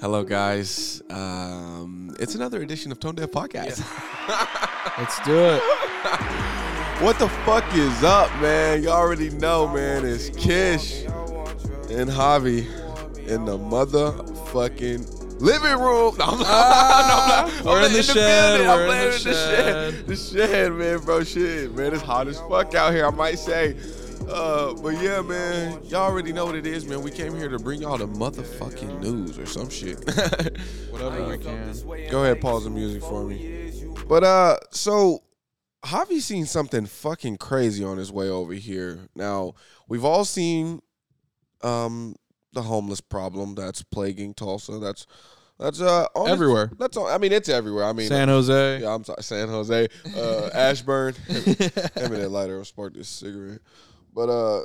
Hello, guys. Um, it's another edition of Tone Deaf Podcast. Let's do it. what the fuck is up, man? You already know, man. It's Kish and Javi in the motherfucking living room. No, I'm not. I'm not. I'm Ah, We're in laying the shed, building. we're I'm in laying the in the shed. The shed, man, bro. Shit, man. It's hot as fuck out here. I might say. Uh, but yeah, man, y'all already know what it is, man. We came here to bring y'all the motherfucking news or some shit. Whatever we can. Go ahead, pause the music for me. But uh, so Javi seen something fucking crazy on his way over here. Now we've all seen um the homeless problem that's plaguing Tulsa. That's that's uh on Everywhere. That's on. I mean, it's everywhere. I mean, San Jose. yeah, I'm sorry, San Jose, uh, Ashburn. Give me that lighter. I'll spark this cigarette. But uh,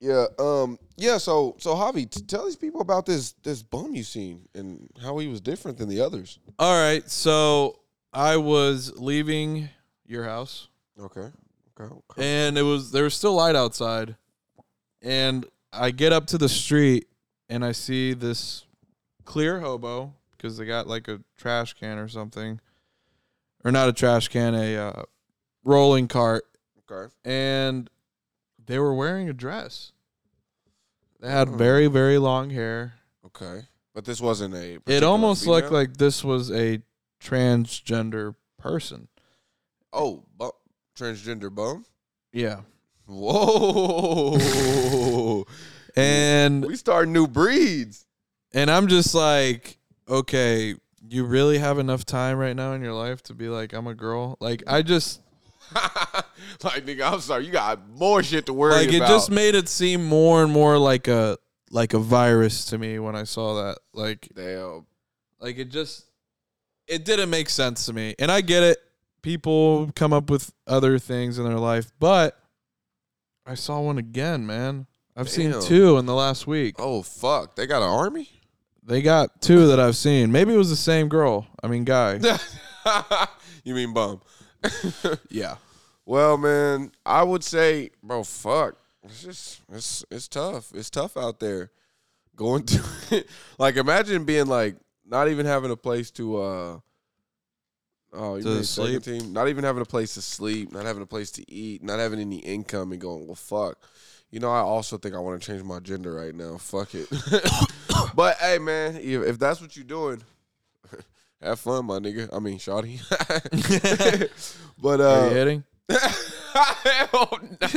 yeah, um, yeah. So so Javi, t- tell these people about this this bum you seen and how he was different than the others. All right. So I was leaving your house, Okay. Okay. okay. and it was there was still light outside, and I get up to the street, and I see this clear hobo because they got like a trash can or something, or not a trash can, a uh, rolling cart, okay. and they were wearing a dress. They had very very long hair. Okay. But this wasn't a. It particular almost looked female? like this was a transgender person. oh, bum, transgender bum. Yeah. Whoa. And we start new breeds. and I'm just like, okay, you really have enough time right now in your life to be like, I'm a girl. Like I just like nigga, I'm sorry. You got more shit to worry like it about. just made it seem more and more like a like a virus to me when I saw that. Like Damn. like it just it didn't make sense to me. And I get it. People come up with other things in their life, but I saw one again, man. I've Damn. seen two in the last week. Oh fuck! They got an army. They got two that I've seen. Maybe it was the same girl. I mean, guy. you mean bum? yeah. Well, man, I would say, bro, fuck. It's just it's it's tough. It's tough out there. Going to like imagine being like not even having a place to uh oh you To mean second sleep. team not even having a place to sleep, not having a place to eat, not having any income, and going well fuck. You know, I also think I want to change my gender right now. Fuck it. but hey, man, if, if that's what you're doing, have fun, my nigga. I mean, shawty. but uh, Are you hitting? Hell no.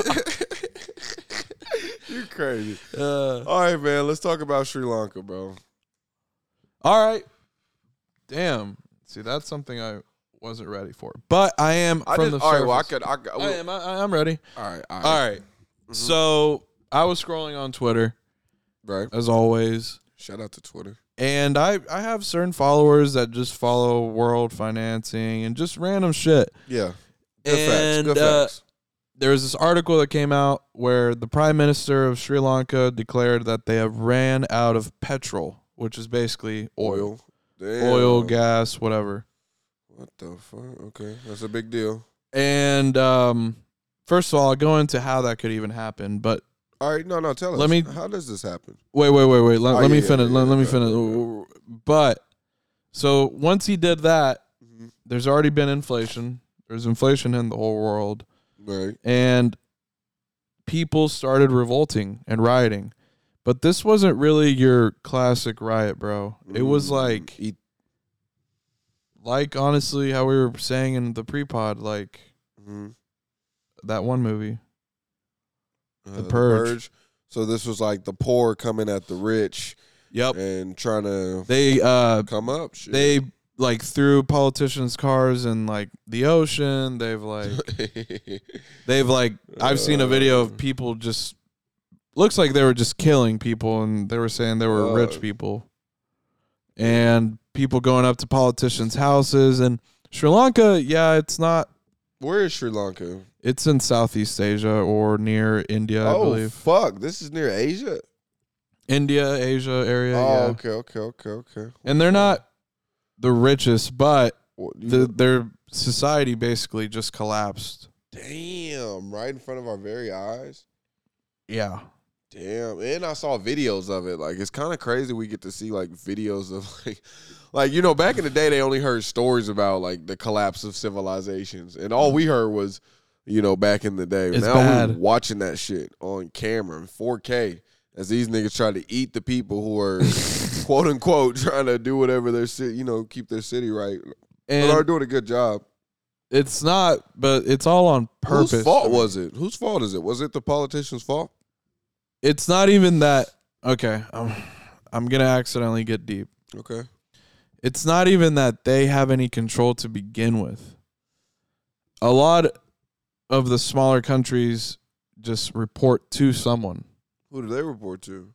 you crazy. All right, man. Let's talk about Sri Lanka, bro. all right. Damn. See, that's something I wasn't ready for. But I am I from just, the all right. Well, I Mm-hmm. surface. could. I, could- I am. I, I'm ready. All right. All right. All right. So I was scrolling on Twitter Mm-hmm. Right. as always, Shout out to Twitter. and I I have certain followers that just follow world financing and just random shit. Yeah. Good facts. and Good uh, facts. there was this article that came out where the prime minister of Sri Lanka declared that they have ran out of petrol, which is basically Oil. oil, Damn. oil, gas, whatever. What the fuck? Okay, that's a big deal. And um, first of all, I'll go into how that could even happen. But All right. No, no. Tell us. Let me- How does this happen? wait, wait, wait, wait. Let, Oh, let me yeah, yeah, finish. yeah, let, let me yeah, finish. But so once he did that, Mhm. there's already been inflation. There's inflation in the whole world, Right. and people started revolting and rioting. But this wasn't really your classic riot, bro. It was Mm, like, eat. like honestly, how we were saying in the pre-pod, like mhm. that one movie. Uh, Purge. So this was like the poor coming at the rich Yep. and trying to They uh come up. Shit. they like threw politicians' cars in like the ocean. They've like they've like I've seen a video Uh. of people just looks like they were just killing people and they were saying they were rich Fuck. people. And people going up to politicians' houses and Sri Lanka, yeah, it's not Where is Sri Lanka? it's in Southeast Asia or near India, I oh believe. fuck! This is near Asia. India, Asia area, oh, yeah. okay, okay, okay, okay. And they're not the richest, but What, you the, know- their society basically just collapsed. damn, right in front of our very eyes. Yeah. Damn, and I saw videos of it. Like it's kind of crazy we get to see like videos of like like you know back in the day they only heard stories about like the collapse of civilizations and all we heard was you know back in the day. It's now we're bad. watching that shit on camera in 4K as these niggas try to eat the people who are quote unquote trying to do whatever their city, you know, keep their city right. but are And doing a good job. it's not, but it's all on purpose. Whose fault was it? Whose fault is it? Was it the politicians' fault? It's not even that. Okay, I'm, I'm gonna accidentally get deep. Okay. It's not even that they have any control to begin with. A lot of the smaller countries just report to someone. Who do they report to?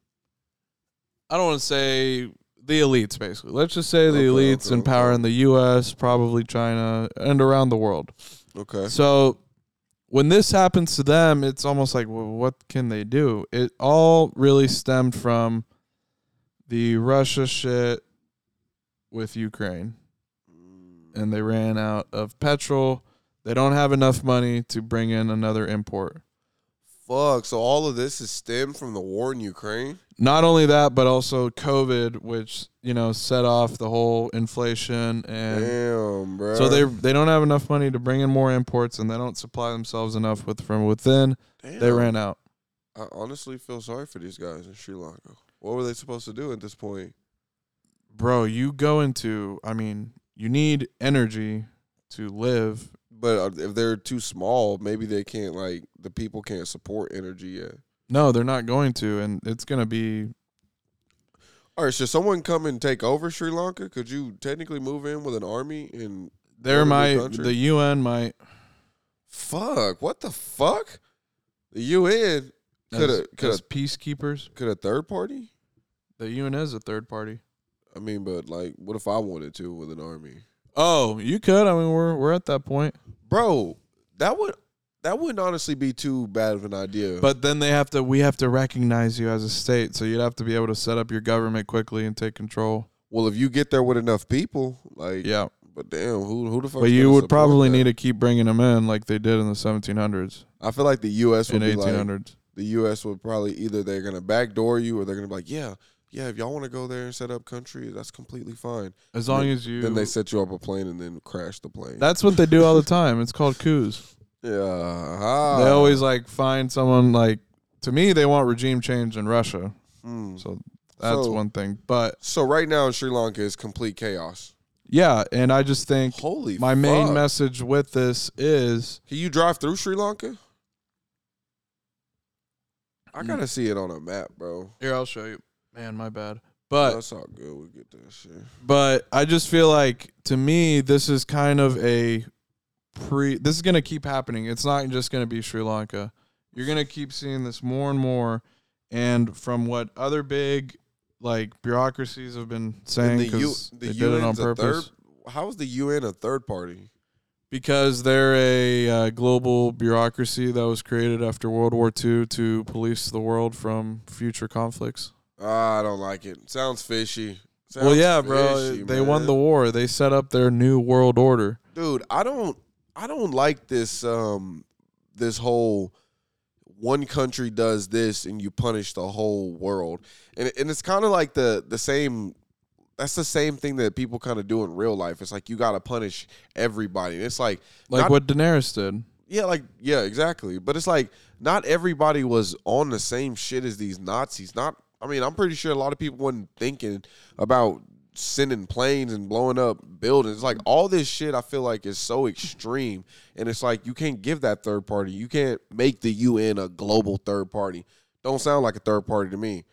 I don't want to say the elites, basically. Let's just say the Okay, elites okay, in power okay. in the U.S., probably China, and around the world. Okay. So when this happens to them, it's almost like, well, what can they do? It all really stemmed from the Russia shit with Ukraine, and they ran out of petrol. They don't have enough money to bring in another import. Fuck. So all of this is stemmed from the war in Ukraine. Not only that, but also COVID, which you know set off the whole inflation and. Damn, bro. So they they don't have enough money to bring in more imports, and they don't supply themselves enough with from within. Damn. They ran out. I honestly feel sorry for these guys in Sri Lanka. What were they supposed to do at this point? bro, you go into, I mean, you need energy to live. But uh, if they're too small, maybe they can't like the people can't support energy yet. No, they're not going to, and it's gonna be. All right, should someone come and take over Sri Lanka? Could you technically move in with an army and There Another might new country? the UN might fuck? What the fuck? The UN could as, a could as a peacekeepers. could a third party? The UN is a third party. I mean, but like, what if I wanted to with an army? Oh, you could. I mean, we're we're at that point, bro that would that wouldn't honestly be too bad of an idea but then they have to. We have to recognize you as a state, so you'd have to be able to set up your government quickly and take control. well if you get there with enough people like Yeah, but damn who who the fuck but you would probably need to keep bringing them in, like they did in the 1700s i feel like the us would and be like 1800s. the us would probably either they're gonna backdoor you or they're gonna be like yeah yeah if y'all want to go there and set up country that's completely fine as long as you then they set you up a plane and then crash the plane That's what they do all the time. It's called coups. yeah they always like find someone like to me they want regime change in Russia. Mm. So that's So- one thing. But so right now in sri lanka is complete chaos yeah, and I just think holy my main fuck. message with this is Can you drive through Sri Lanka? I Mm. gotta see it on a map, bro. here I'll show you. Man, my bad. But That's all good. We get that shit. but I just feel like to me this is kind of a pre this is going to keep happening. It's not just going to be Sri Lanka. You're going to keep seeing this more and more and from what other big like bureaucracies have been And saying the U, 'cause the they did it on UN's a third. purpose How is the UN a third party? because they're a uh, global bureaucracy that was created after World War II to police the world from future conflicts. Ah, I don't like it. Sounds fishy. Sounds well, yeah, bro, fishy, they won man. the war. They set up their new world order. dude. I don't. I don't like this. Um, this whole one country does this and you punish the whole world, and and it's kind of like the the same that's the same thing that people kind of do in real life. It's like you got to punish everybody. And it's like, Like Not- what Daenerys did. yeah, like yeah, exactly. But it's like not everybody was on the same shit as these Nazis. Not I mean, I'm pretty sure a lot of people wasn't thinking about sending planes and blowing up buildings. Like all this shit I feel like is so extreme and it's like you can't give that third party. You can't make the UN a global third party. Don't sound like a third party to me.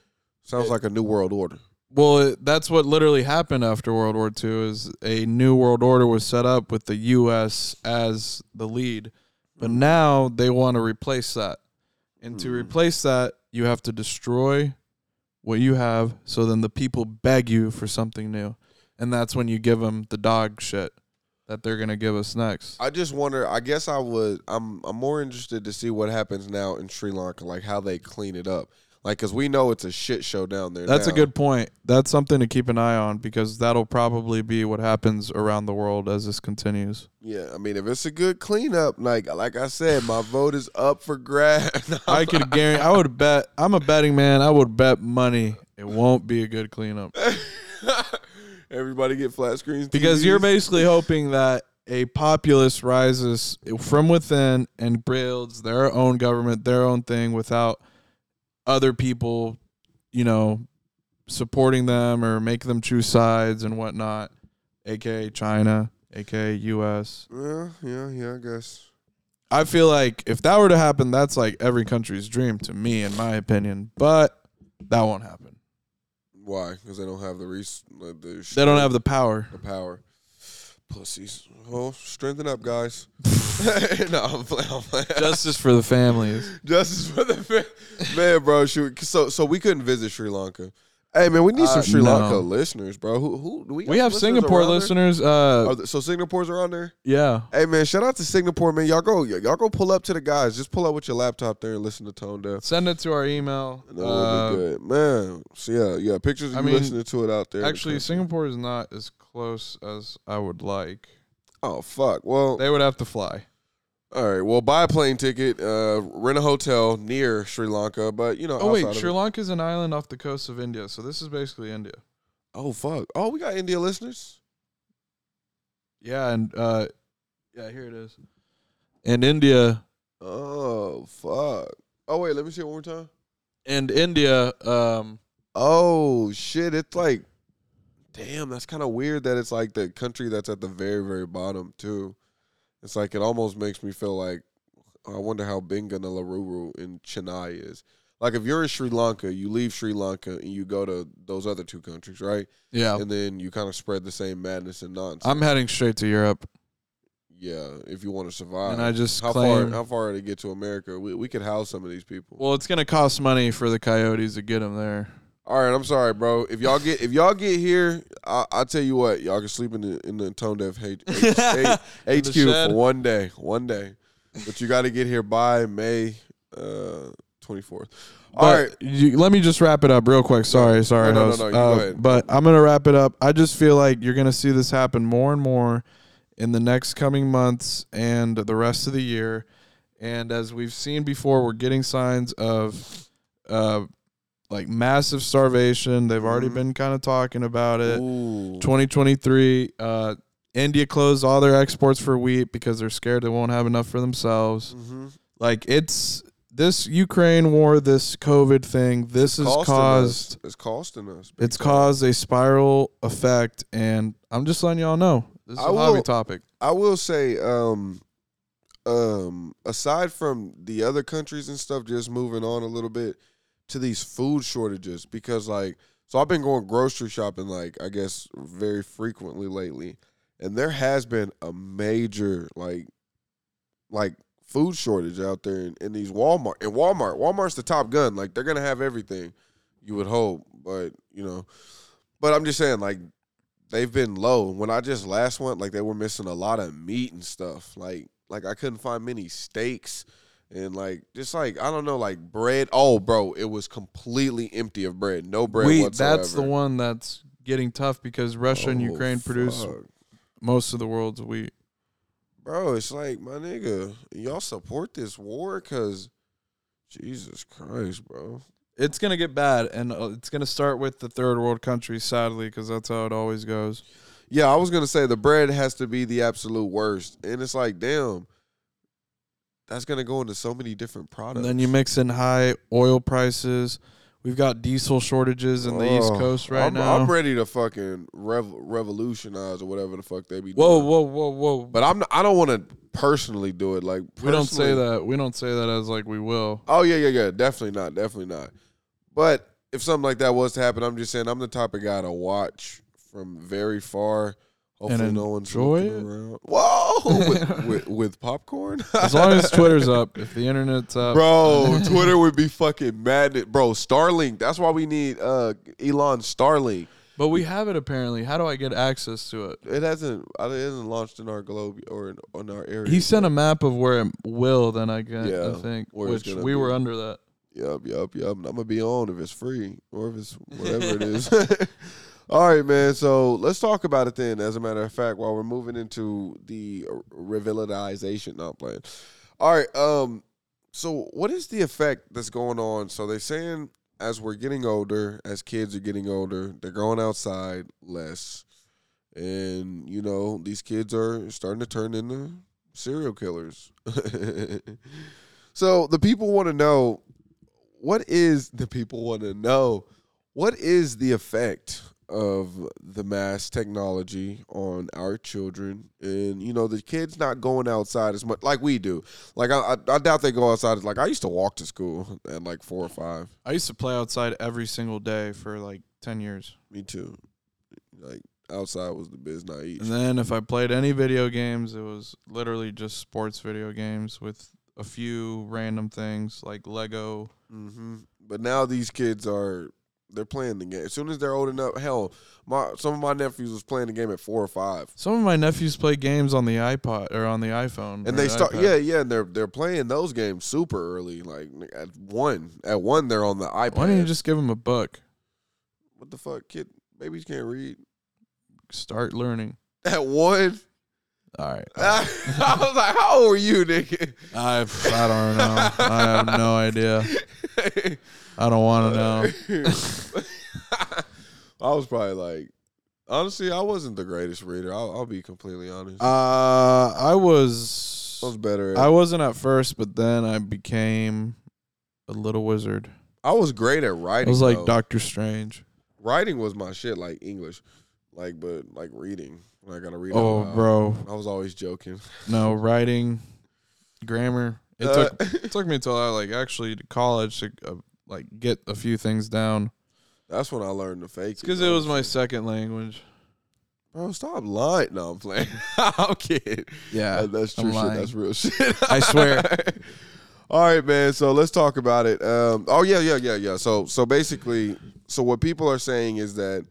Sounds like a new world order. Well, it- that's what literally happened after World War II is a new world order was set up with the US as the lead. But now they want to replace that. And to Hmm. replace that, you have to destroy what you have so then the people beg you for something new. And that's when you give them the dog shit that they're going to give us next. I just wonder. I guess I would. I'm. I'm more interested to see what happens now in Sri Lanka, like how they clean it up. Like, cause we know it's a shit show down there. That's a now. good point. That's something to keep an eye on because that'll probably be what happens around the world as this continues. Yeah, I mean, if it's a good cleanup, like like I said, my vote is up for grabs. I could guarantee. I would bet. I'm a betting man. I would bet money it won't be a good cleanup Everybody get flat screens because you're TVs? basically hoping that a populace rises from within and builds their own government, their own thing, without other people, you know, supporting them or make them choose sides and whatnot. AKA China, AKA U.S. Yeah, yeah, yeah. I guess. I feel like if that were to happen, that's like every country's dream to me, in my opinion. But that won't happen. Why? Because they don't have the res- uh, the They don't have the power. the power. Pussies. Oh, strengthen up, guys. no, I'm playing. I'm playing. Justice for the families. Justice for the fa- man, bro. Shoot. So so we couldn't visit Sri Lanka. Hey man, we need some Uh, Sri no. Lanka listeners, bro. Who who do we? got We have listeners Singapore around there? listeners. Are Uh, th- so Singapore's around there. yeah. Hey man, shout out to Singapore, man. Y'all go, y'all go pull up to the guys. Just pull up with your laptop there and listen to Tone Deaf. Send it to our email. That would be Uh, good, man. So yeah, yeah. Pictures of I you mean, listening to it out there. actually, Singapore is not as close as I would like. oh fuck. Well, They would have to fly. all right. Well, buy a plane ticket, uh, rent a hotel near Sri Lanka, but you know. Oh wait, outside of Sri it- Lanka is an island off the coast of India, so this is basically India. Oh fuck. Oh, we got India listeners. Yeah, and uh, yeah, here it is. And India Oh fuck. Oh wait, let me see it one more time. and India um Oh shit, it's like damn, that's kind of weird that it's like the country that's at the very very bottom too. It's like it almost makes me feel like I wonder how Bengalaruru in Chennai is. Like if you're in Sri Lanka, you leave Sri Lanka and you go to those other two countries, right? yeah, And then you kind of spread the same madness and nonsense. I'm heading straight to Europe, yeah, if you want to survive. and I just how claim. far how far to get to America? We we could house some of these people. well, it's gonna cost money for the Coyotes to get them there. All right, I'm sorry, bro. If y'all get if y'all get here, I I tell you what, y'all can sleep in the in the tone deaf H, H, H- In the HQ for shed. one day, one day. But you got to get here by May uh 24th. All But right, you, let me just wrap it up real quick. Sorry, sorry, no, no, host. no, you go Uh, ahead. But I'm gonna wrap it up. I just feel like you're gonna see this happen more and more in the next coming months and the rest of the year. And as we've seen before, we're getting signs of uh, like massive starvation. They've already Mhm. been kind of talking about it. Ooh. 2023 uh, india closed all their exports for wheat because they're scared they won't have enough for themselves Mhm. like it's this ukraine war this covid thing this has Costing caused us. It's costing us. big it's time. caused a spiral effect and i'm just letting y'all know this is a I hobby will- topic I will say, um, um, aside from the other countries and stuff, just moving on a little bit to these food shortages because, like, so I've been going grocery shopping, like, I guess very frequently lately, and there has been a major, like, like food shortage out there in, in these Walmart and Walmart. Walmart's the top gun. Like they're gonna have everything, you would hope. But you know, but I'm just saying, like they've been low. When I just last went, like they were missing a lot of meat and stuff. Like like I couldn't find many steaks and like just like I don't know, like bread. Oh, bro, it was completely empty of bread. No bread wheat whatsoever. that's the one that's getting tough because russia and Oh, ukraine produce fuck. most of the world's wheat Bro, it's like my nigga, y'all support this war because Jesus Christ, bro. it's going to get bad and uh, it's going to start with the third world countries sadly because that's how it always goes Yeah, I was gonna say the bread has to be the absolute worst, and it's like, damn, that's gonna go into so many different products. And then you mix in high oil prices. We've got diesel shortages in the East Oh, Coast right I'm, now. I'm ready to fucking rev- revolutionize or whatever the fuck they be. whoa, doing. whoa, whoa, whoa! But I'm I don't want to personally do it. Like we don't say personally- that. We don't say that as like we will. Oh yeah, yeah, yeah. Definitely not. Definitely not. But if something like that was to happen, I'm just saying I'm the type of guy to watch from very far. Hopefully, no one's enjoy looking it. around. Whoa, with, with, with popcorn. As long as Twitter's up, if the internet's up, Bro, Twitter would be fucking mad. Bro, Starlink. That's why we need uh, Elon Starlink. But we have it apparently. How do I get access to it? It hasn't. It hasn't launched in our globe or in, on our area. He sent a map of where it will. Then I get. Yeah, I think where it's which gonna we be. were under that. Yup, yup, yup. And I'm gonna be on if it's free or if it's whatever it is. All right, man. So let's talk about it then. As a matter of fact, while we're moving into the revitalization, not playing. All right. Um. So what is the effect that's going on? So they're saying as we're getting older, as kids are getting older, they're going outside less, and you know these kids are starting to turn into serial killers. so the people want to know what is the people want to know what is the effect of the mass technology on our children and you know the kids not going outside as much like we do like i, I, I doubt they go outside like i used to walk to school at like four or five I used to play outside every single day for like 10 years. me too like outside was the biz not eat And then if I played any video games, it was literally just sports video games with a few random things like Lego. hmm But now these kids are they're playing the game. As soon as they're old enough, hell, my some of my nephews was playing the game at four or five, Some of my nephews play games on the iPod or on the iPhone. and or they start iPad. yeah yeah, and they're they're playing those games super early, like at one at one they're on the iPad. Why don't you just give them a book? what the fuck, kid? Babies can't read Start learning. at one. All right. I was like, how old are you, nigga? I, I don't know. I have no idea. I don't want to know. I was probably like, honestly, I wasn't the greatest reader. I'll, I'll be completely honest. Uh, I I was was. better. At, I wasn't at first, but then I became a little wizard. I was great at I writing. was like though. Doctor Strange. writing was my shit, like English, like but like reading. When I gotta read. out Oh, loud. bro, I was always joking. no writing, grammar. It Uh, took it took me until I like actually to college to uh, like get a few things down. that's when I learned to fake. It's because it though. was my second language. bro. Stop lying. No, I'm playing. I'm kidding. Yeah, That- that's I'm true shit. lying. That's real shit. I swear. All right, man. So let's talk about it. Um, oh yeah, yeah, yeah, yeah. So so basically, so what people are saying is that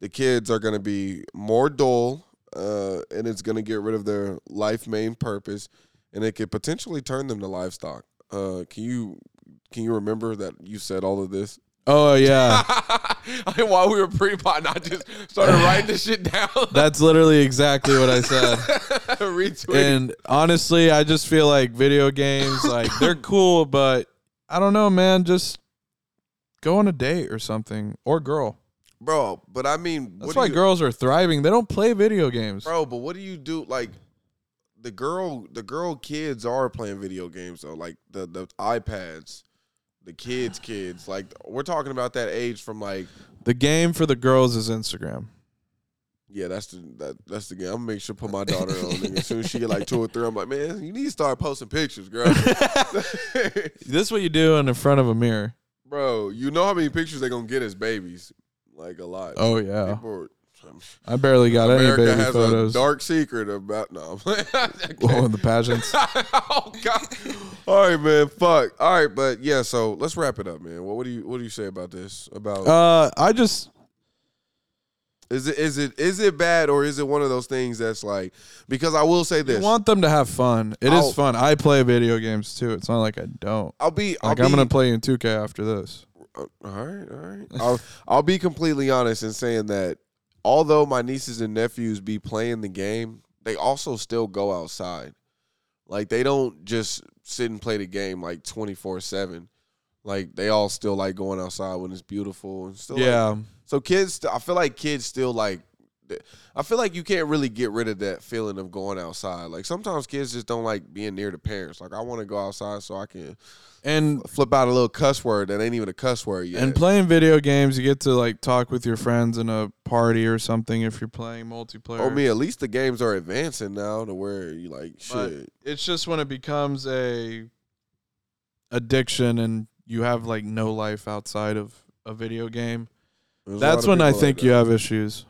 the kids are going to be more dull, uh, and it's going to get rid of their life main purpose, and it could potentially turn them to livestock. Uh, can you can you remember that you said all of this? Oh yeah, While we were pre-pot, I just started writing this shit down. that's literally exactly what I said. Retweet. And honestly, I just feel like video games, like they're cool, but I don't know, man. Just go on a date or something, or girl. bro. But I mean, That's what do why you- girls are thriving. They don't play video games. Bro, but what do you do? Like the girl, the girl kids are playing video games though. Like the the iPads, the kids, kids. Like we're talking about that age from like The game for the girls is Instagram. yeah, that's the that, that's the game. I'm gonna make sure to put my daughter on. nigga. As soon as she get like two or three, I'm like, man, you need to start posting pictures, girl. This is what you do in front of a mirror. Bro, you know how many pictures they gonna get as babies? Like a lot. Oh yeah, People are- I barely got America any baby has photos. a dark secret about no. Oh, in the pageants. oh God! All right, man. Fuck. All right, but yeah. So let's wrap it up, man. What, what do you What do you say about this? About Uh, I just is it is it is it bad or is it one of those things that's like because I will say this. want them to have fun. It is I'll- fun. I play video games too. It's not like I don't. I'll be. I'll Like be, I'm gonna play in 2K after this. Uh, all right, all right. I'll, I'll be completely honest in saying that although my nieces and nephews be playing the game, they also still go outside. Like they don't just sit and play the game like twenty four seven. Like they all still like going outside when it's beautiful and still. like- Yeah. so kids, st- I feel like kids still like. th- I feel like you can't really get rid of that feeling of going outside. Like sometimes kids just don't like being near the parents. Like I want to go outside so I can and flip out a little cuss word that ain't even a cuss word yet. And playing video games, you get to like talk with your friends in a party or something if you're playing multiplayer. Oh, me. At least the games are advancing now to where you like But shit. it's just when it becomes a addiction and you have like no life outside of a video game. There's a lot That's of when I people like think that. you have issues.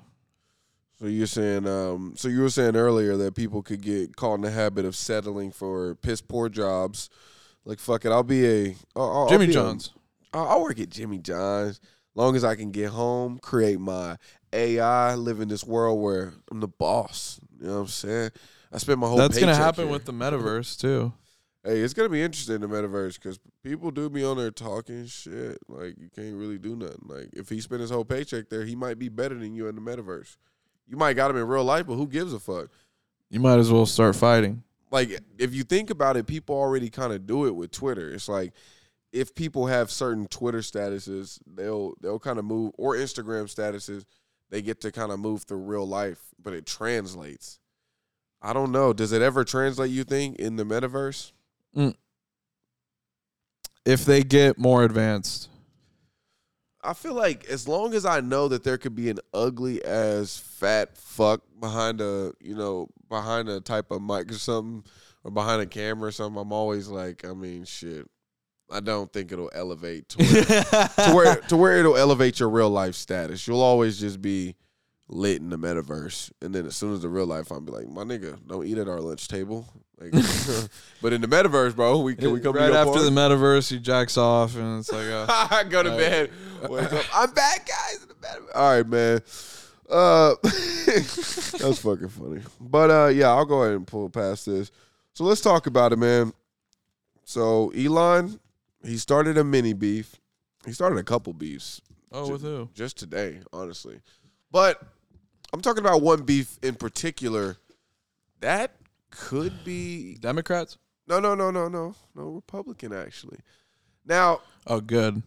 So you're saying, um, so you were saying earlier that people could get caught in the habit of settling for piss poor jobs. Like fuck it, I'll be a I'll, I'll- I'll Jimmy be a- John's. I'll, I'll work at Jimmy John's long as I can get home, create my AI, live in this world where I'm the boss. You know what I'm saying? I spent my whole That's gonna paycheck happen here. with the metaverse too. Hey, it's gonna be interesting in the metaverse because people do be on there talking shit. Like you can't really do nothing. Like if he spent his whole paycheck there, he might be better than you in the metaverse. You might got him in real life, but who gives a fuck? You might as well start fighting. like if you think about it, people already kind of do it with Twitter. It's like if people have certain Twitter statuses, they'll they'll kind of move or Instagram statuses, they get to kind of move through real life, but it translates. I don't know. Does it ever translate? You think in the metaverse? If they get more advanced, I feel like as long as I know that there could be an ugly ass fat fuck behind a you know behind a type of mic or something or behind a camera or something, I'm always like, I mean, shit. I don't think it'll elevate to where, to where to where it'll elevate your real life status. You'll always just be lit in the metaverse, and then as soon as the real life, I'll be like, my nigga, don't eat at our lunch table. Like, but in the metaverse, bro, we can we come to right your after party? the metaverse, he jacks off, and it's like, uh, go to All right. bed. Wake up. I'm back, guys. In the bed. All right, man. Uh, that's fucking funny. But uh, yeah, I'll go ahead and pull past this. So let's talk about it, man. So Elon, he started a mini beef. He started a couple beefs oh, with who? just today, honestly. But I'm talking about one beef in particular that could be Democrats? no, no, no, no, no, no Republican actually. Now Oh, good.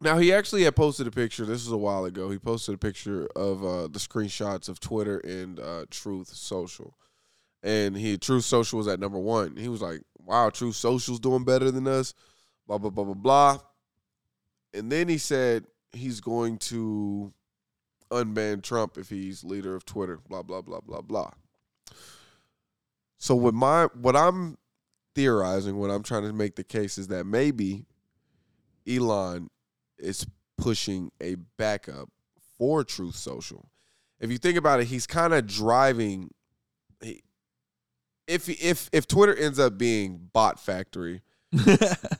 now he actually had posted a picture. This was a while ago. He posted a picture of uh, the screenshots of Twitter and uh, Truth Social, and he Truth Social was at number one. He was like, "Wow, Truth Social's doing better than us." Blah blah blah blah blah. And then he said he's going to unban Trump if he's leader of Twitter. Blah blah blah blah blah. So what my what I'm theorizing, what I'm trying to make the case is that maybe Elon is pushing a backup for Truth Social. If you think about it, he's kind of driving. He, if if if Twitter ends up being bot factory,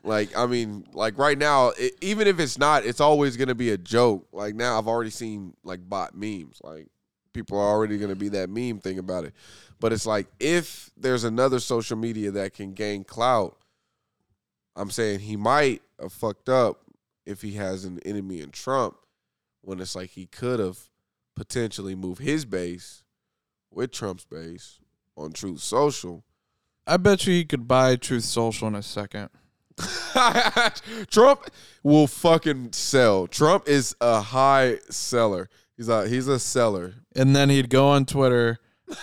like I mean, like right now, i even if it's not, it's always gonna be a joke. Like now, I've already seen like bot memes. Like people are already gonna be that meme thing about it. But it's like if there's another social media that can gain clout, I'm saying he might have fucked up if he has an enemy in Trump. When it's like he could have potentially moved his base with Trump's base on Truth Social. I bet you he could buy Truth Social in a second. Trump will fucking sell. Trump is a high seller. He's a he's a seller. and then he'd go on Twitter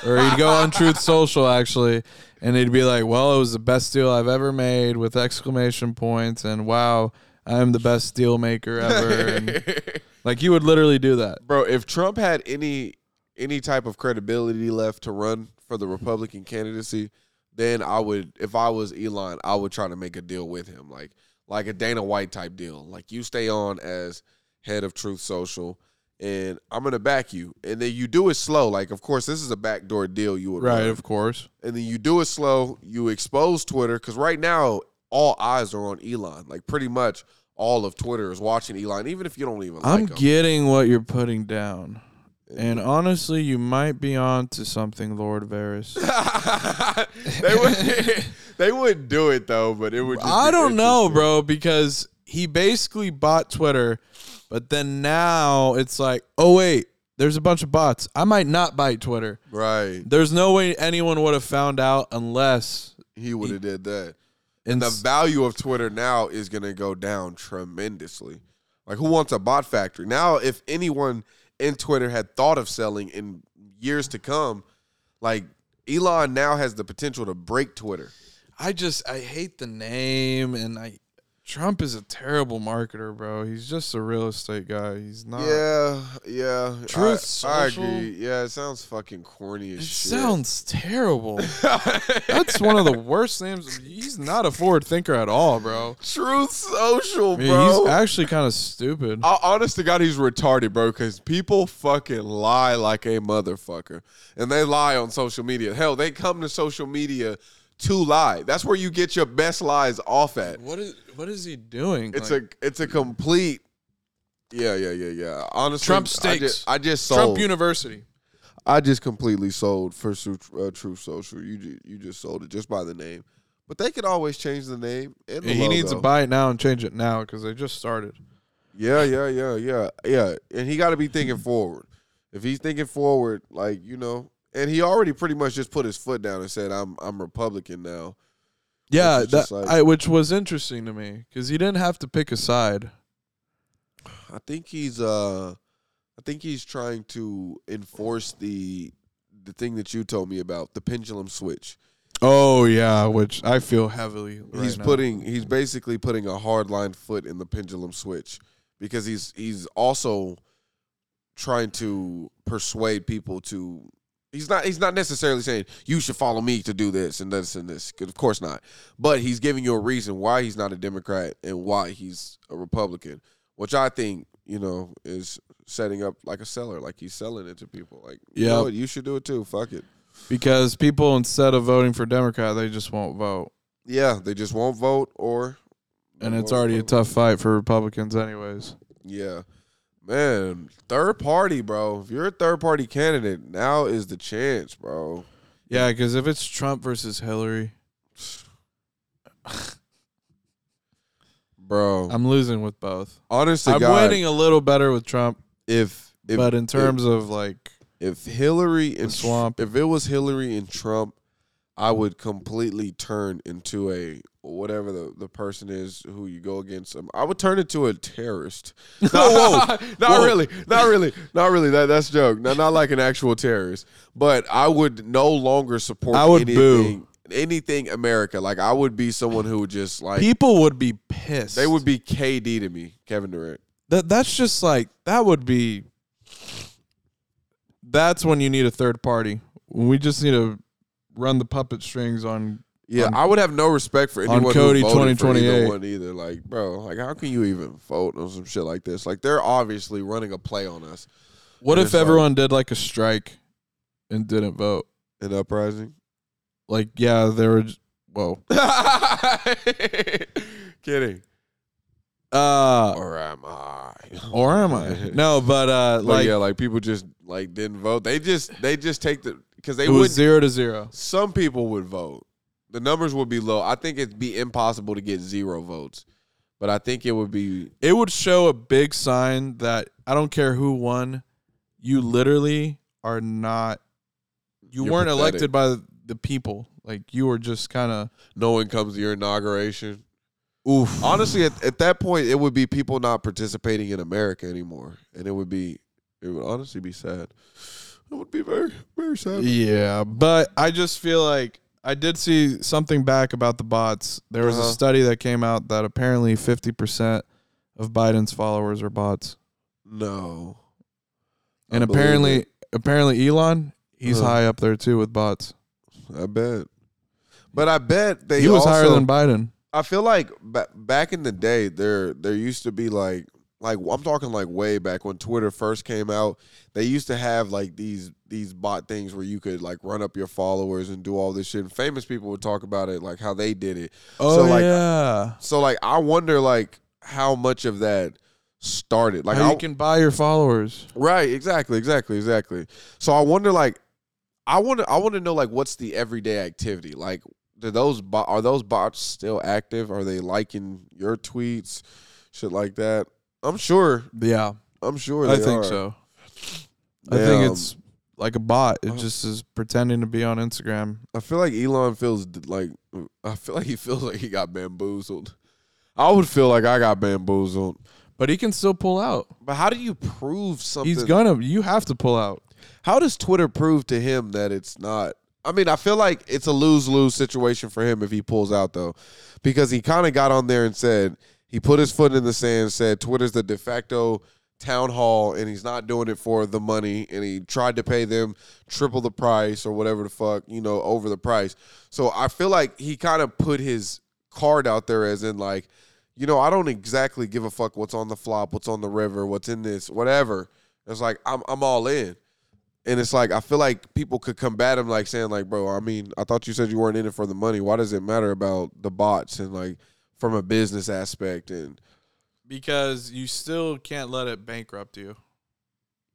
or he'd go on Truth Social actually, and he'd be like, "Well, it was the best deal I've ever made!" with exclamation points and "Wow, I'm the best deal maker ever!" and, like you would literally do that. Bro, if Trump had any any type of credibility left to run for the Republican candidacy, then I would if I was Elon, I would try to make a deal with him. Like like a Dana White type deal. Like you stay on as head of Truth Social and I'm gonna back you. And then you do it slow. Like of course this is a backdoor deal you would Right, run. of course. and then you do it slow. You expose Twitter because right now all eyes are on Elon. Like pretty much all of Twitter is watching Elon, even if you don't even I'm like um, him. getting what you're putting down. And honestly, you might be on to something, Lord Varus. they would they wouldn't do it though, but it would. Just I be don't know, interesting. bro, because he basically bought Twitter, but then now it's like, oh wait, there's a bunch of bots. I might not buy Twitter. Right, There's no way anyone would have found out unless he would have did that. in And the value of Twitter now is going to go down tremendously. Like, who wants a bot factory? Now, if anyone in Twitter had thought of selling in years to come, like, Elon now has the potential to break Twitter. I just I hate the name and I Trump is a terrible marketer, bro. He's just a real estate guy. He's not. Yeah, yeah. Truth I, I Social? agree. Yeah, it sounds fucking corny as It shit. sounds terrible. That's one of the worst names. He's not a forward thinker at all, bro. Truth Social, bro. I mean, he's actually kind of stupid. I, honest to God, he's retarded, bro, because people fucking lie like a motherfucker. And they lie on social media. Hell, they come to social media to lie. That's where you get your best lies off at. What is what is he doing? It's Like, a it's a complete Yeah, yeah, yeah, yeah. Honestly, Trump I stakes. just, I just sold. Trump University. I just completely sold for Su- uh, True Social. You ju- you just sold it just by the name, But they could always change the name. And the he needs to logo. buy it now and change it now because they just started. Yeah, yeah, yeah, yeah, yeah. And he got to be thinking forward. If he's thinking forward, like you know, and he already pretty much just put his foot down and said, "I'm I'm Republican now." Yeah, Which is that, just like- I, which was interesting to me because he didn't have to pick a side. I think he's uh, I think he's trying to enforce the the thing that you told me about the pendulum switch. Oh yeah, which I feel heavily. right he's now. putting he's basically putting a hard line foot in the pendulum switch because he's he's also trying to persuade people to he's not he's not necessarily saying you should follow me to do this and this and this 'Cause of course not but he's giving you a reason why he's not a democrat and why he's a republican which i think you know is setting up like a seller like he's selling it to people like you Yeah. know what, you should do it too fuck it because people instead of voting for Democrat, they just won't vote, yeah they just won't vote or and it's won't already a vote. tough fight for Republicans, anyways. Yeah. Man, third party, bro. If you're a third party candidate, now is the chance, bro. Yeah, because if it's Trump versus Hillary, Bro. I'm losing with both. honestly, I'm God, winning a little better with Trump, if if but in terms of like, if, if Hillary and The Tr- swamp. if it was Hillary and Trump, I would completely turn into a whatever the, the person is who you go against. Um, I would turn into a terrorist. No, whoa, not Whoa. really, not really, not really. That that's a joke. Not not like an actual terrorist, but I would no longer support. I would boo. anything, anything America. Like I would be someone who would just like people would be pissed. they would be KD to me, Kevin Durant. That that's just like that would be. That's when you need a third party. When we just need to run the puppet strings on. Yeah, on- I would have no respect for on anyone Cody who voted for either 2028. one either. Like, bro, like how can you even vote on some shit like this? Like, they're obviously running a play on us. What And if it's like- everyone did like a strike, and didn't vote? An uprising. Like yeah, they were. j- Whoa. Kidding. Uh, Or am I? or am I? No, but uh, But like yeah, like people just like didn't vote. They just they just take the because they it was would. zero to zero. Some people would vote. The numbers would be low. I think it'd be impossible to get zero votes, but I think it would be It would show a big sign that I don't care who won, you literally are not. You You're weren't pathetic. elected by the- the people. Like you were just kind of. no one comes to your inauguration. Oof. Honestly, at, at that point, it would be people not participating in America anymore, and it would be it would honestly be sad. It would be very very sad. Yeah, but I just feel like I did see something back about the bots. There was Uh-huh. a study that came out that apparently 50% of Biden's followers are bots. No, I And believe apparently it. apparently Elon, he's Uh-huh. high up there too with bots. I bet. But I bet they he was also, higher than Biden. I feel like ba- back in the day, there there used to be like like I'm talking like way back when Twitter first came out. They used to have like these these bot things where you could like run up your followers and do all this shit. And famous people would talk about it, like how they did it. Oh like, yeah. So like I wonder like how much of that started. Like How I, you can buy your followers. right, exactly, exactly, exactly. So I wonder like I want to I want to know like what's the everyday activity? Like do those bo- are those bots still active? Are they liking your tweets? Shit like that. I'm sure. Yeah, I'm sure I they think are. so. I Yeah, think um, it's like a bot. It uh, just is pretending to be on Instagram. I feel like Elon feels d- like I feel like he feels like he got bamboozled. I would feel like I got bamboozled. But he can still pull out. But how do you prove something? He's gonna you have to pull out. How does Twitter prove to him that it's not? I mean, I feel like it's a lose lose situation for him if he pulls out, though, because he kind of got on there and said he put his foot in the sand, said Twitter's the de facto town hall, and he's not doing it for the money, and he tried to pay them triple the price or whatever the fuck, you know, over the price. So I feel like he kind of put his card out there as in, like, you know, I don't exactly give a fuck what's on the flop, what's on the river, what's in this, whatever. It's like, I'm, I'm all in. And it's like I feel like people could combat him like saying like, bro, I mean, I thought you said you weren't in it for the money. Why does it matter about the bots and like from a business aspect and Because you still can't let it bankrupt you.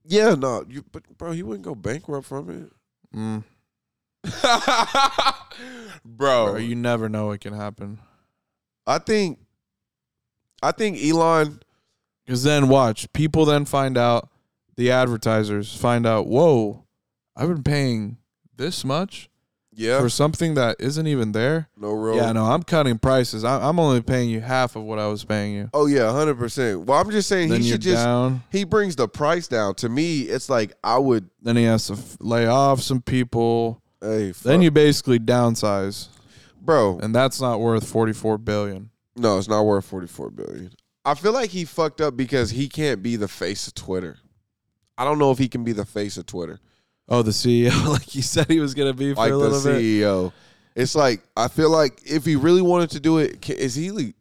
yeah, no, you but bro, he wouldn't go bankrupt from it. Mm. bro. Bro, you never know what can happen. I think, I think Elon. Because then watch, people then find out, the advertisers find out, whoa, I've been paying this much Yeah, for something that isn't even there. no real. Yeah, no, I'm cutting prices. I- I'm only paying you half of what I was paying you. Oh yeah, hundred percent. Well, I'm just saying then he you're should just down. he brings the price down. To me, it's like I would. Then he has to f- lay off some people. Hey, fuck. Then you basically downsize, bro. and that's not worth 44 billion. No, it's not worth forty four billion. I feel like he fucked up because he can't be the face of Twitter. I don't know if he can be the face of Twitter, Oh, the CEO, like he said he was gonna be for like a the E little bit. CEO. It's like I feel like if he really wanted to do it, ca- is he? le-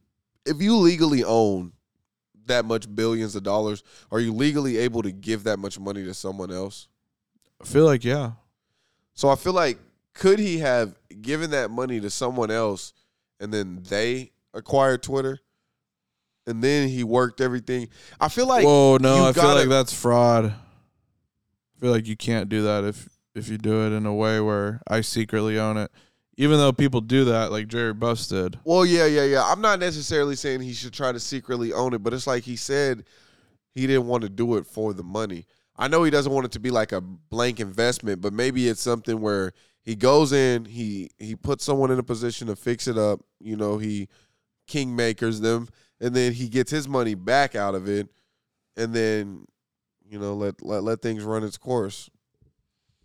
If you legally own that much billions of dollars, are you legally able to give that much money to someone else? I feel like yeah, So I feel like could he have given that money to someone else and then they acquired Twitter? And then he worked everything. I feel like Whoa, no, you I feel gotta- like that's fraud. I feel like you can't do that if if you do it in a way where I secretly own it. Even though people do that, like Jerry Buss did. Well, yeah, yeah, yeah. I'm not necessarily saying he should try to secretly own it, but it's like he said he didn't want to do it for the money. I know he doesn't want it to be like a blank investment, but maybe it's something where he goes in, he he puts someone in a position to fix it up, you know, he kingmakers them, and then he gets his money back out of it, and then you know let let let things run its course.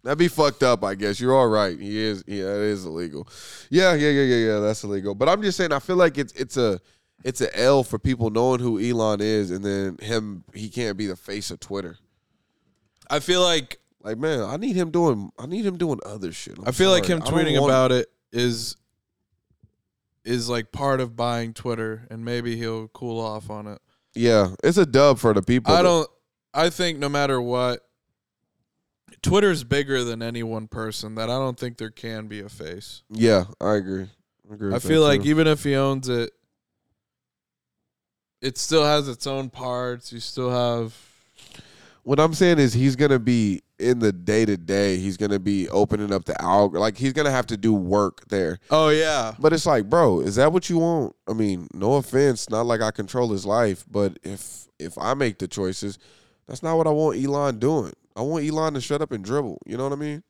That'd be fucked up, I guess. You're all right. He is. Yeah, that is illegal. Yeah, yeah, yeah, yeah, yeah. That's illegal. But I'm just saying. I feel like it's it's a it's a L for people knowing who Elon is, and then him he can't be the face of Twitter. I feel like Like, man, I need him doing I need him doing other shit. I'm I feel like sorry. him I don't tweeting want- about it is is like part of buying Twitter, and maybe he'll cool off on it. Yeah, it's a dub for the people. I don't. I think no matter what, Twitter's bigger than any one person. That I don't think there can be a face. Yeah, I agree. I, agree I with that, feel like too. even if he owns it, it still has its own parts. You still have. what I'm saying is he's gonna be in the day to day. He's gonna be opening up the algorithm. Like he's gonna have to do work there. Oh yeah. But it's like, bro, is that what you want? I mean, no offense, not like I control his life, but if if I make the choices, that's not what I want Elon doing. I want Elon to shut up and dribble. You know what I mean?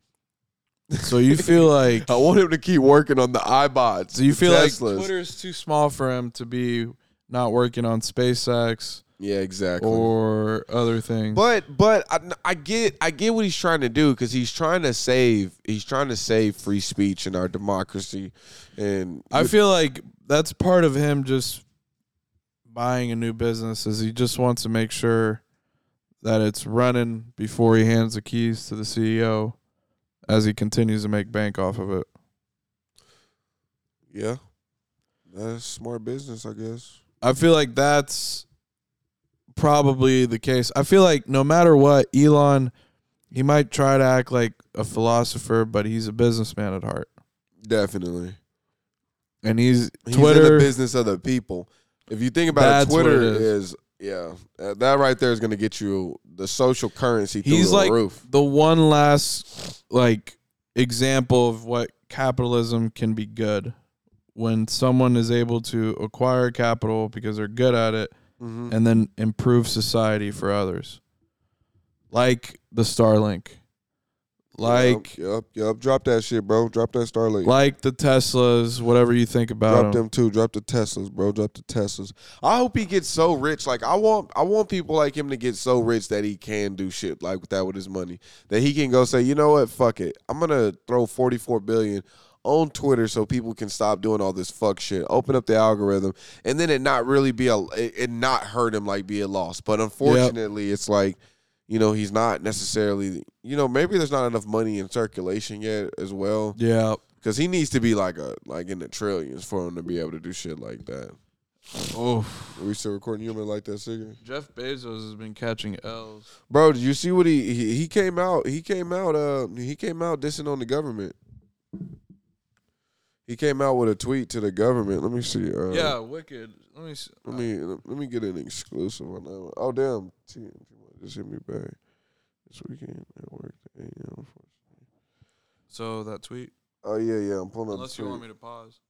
So you feel like. I want him to keep working on the iBots. So you the feel Teslas. like Twitter's too small for him to be not working on SpaceX Yeah, exactly. or other things. but but I, I get I get what he's trying to do because he's trying to save he's trying to save free speech and our democracy, and I feel like that's part of him just buying a new business is he just wants to make sure that it's running before he hands the keys to the CEO as he continues to make bank off of it. yeah, that's smart business, I guess. I feel like that's probably the case. I feel like no matter what, Elon he might try to act like a philosopher, but he's a businessman at heart. Definitely. And he's, He's in Twitter the business of the people. If you think about it, That's what Twitter it is. yeah, uh, that right there is going to get you the social currency through he's the like roof. the one last like example of what capitalism can be good when someone is able to acquire capital because they're good at it Mhm. and then improve society for others like the starlink like yup, yup, yup. Drop that shit, bro. Drop that Starlink. like the teslas whatever you think about Drop 'em. them too. Drop the Teslas, bro. Drop the Teslas. I hope he gets so rich. Like I want, I want people like him to get so rich that he can do shit like that with his money. That he can go say, you know what, fuck it. I'm gonna throw 44 billion on Twitter so people can stop doing all this fuck shit. Open up the algorithm, and then it not really be a, it, it not hurt him like be a loss. But unfortunately, it's like. You know, he's not necessarily, you know, maybe there's not enough money in circulation yet as well. yeah Cause he needs to be like a like in the trillions for him to be able to do shit like that. oh Are we still recording human like that cigarette? jeff bezos has been catching l's Bro, did you see what he, he he came out he came out uh he came out dissing on the government. He came out with a tweet to the government. Let me see. Uh, yeah wicked let me see. Let me let me get an exclusive on that one. Oh damn, TMG might just hit me back this weekend at work. Damn. so that tweet Oh yeah, yeah. I'm pulling up. Unless the you want tweet. me to pause.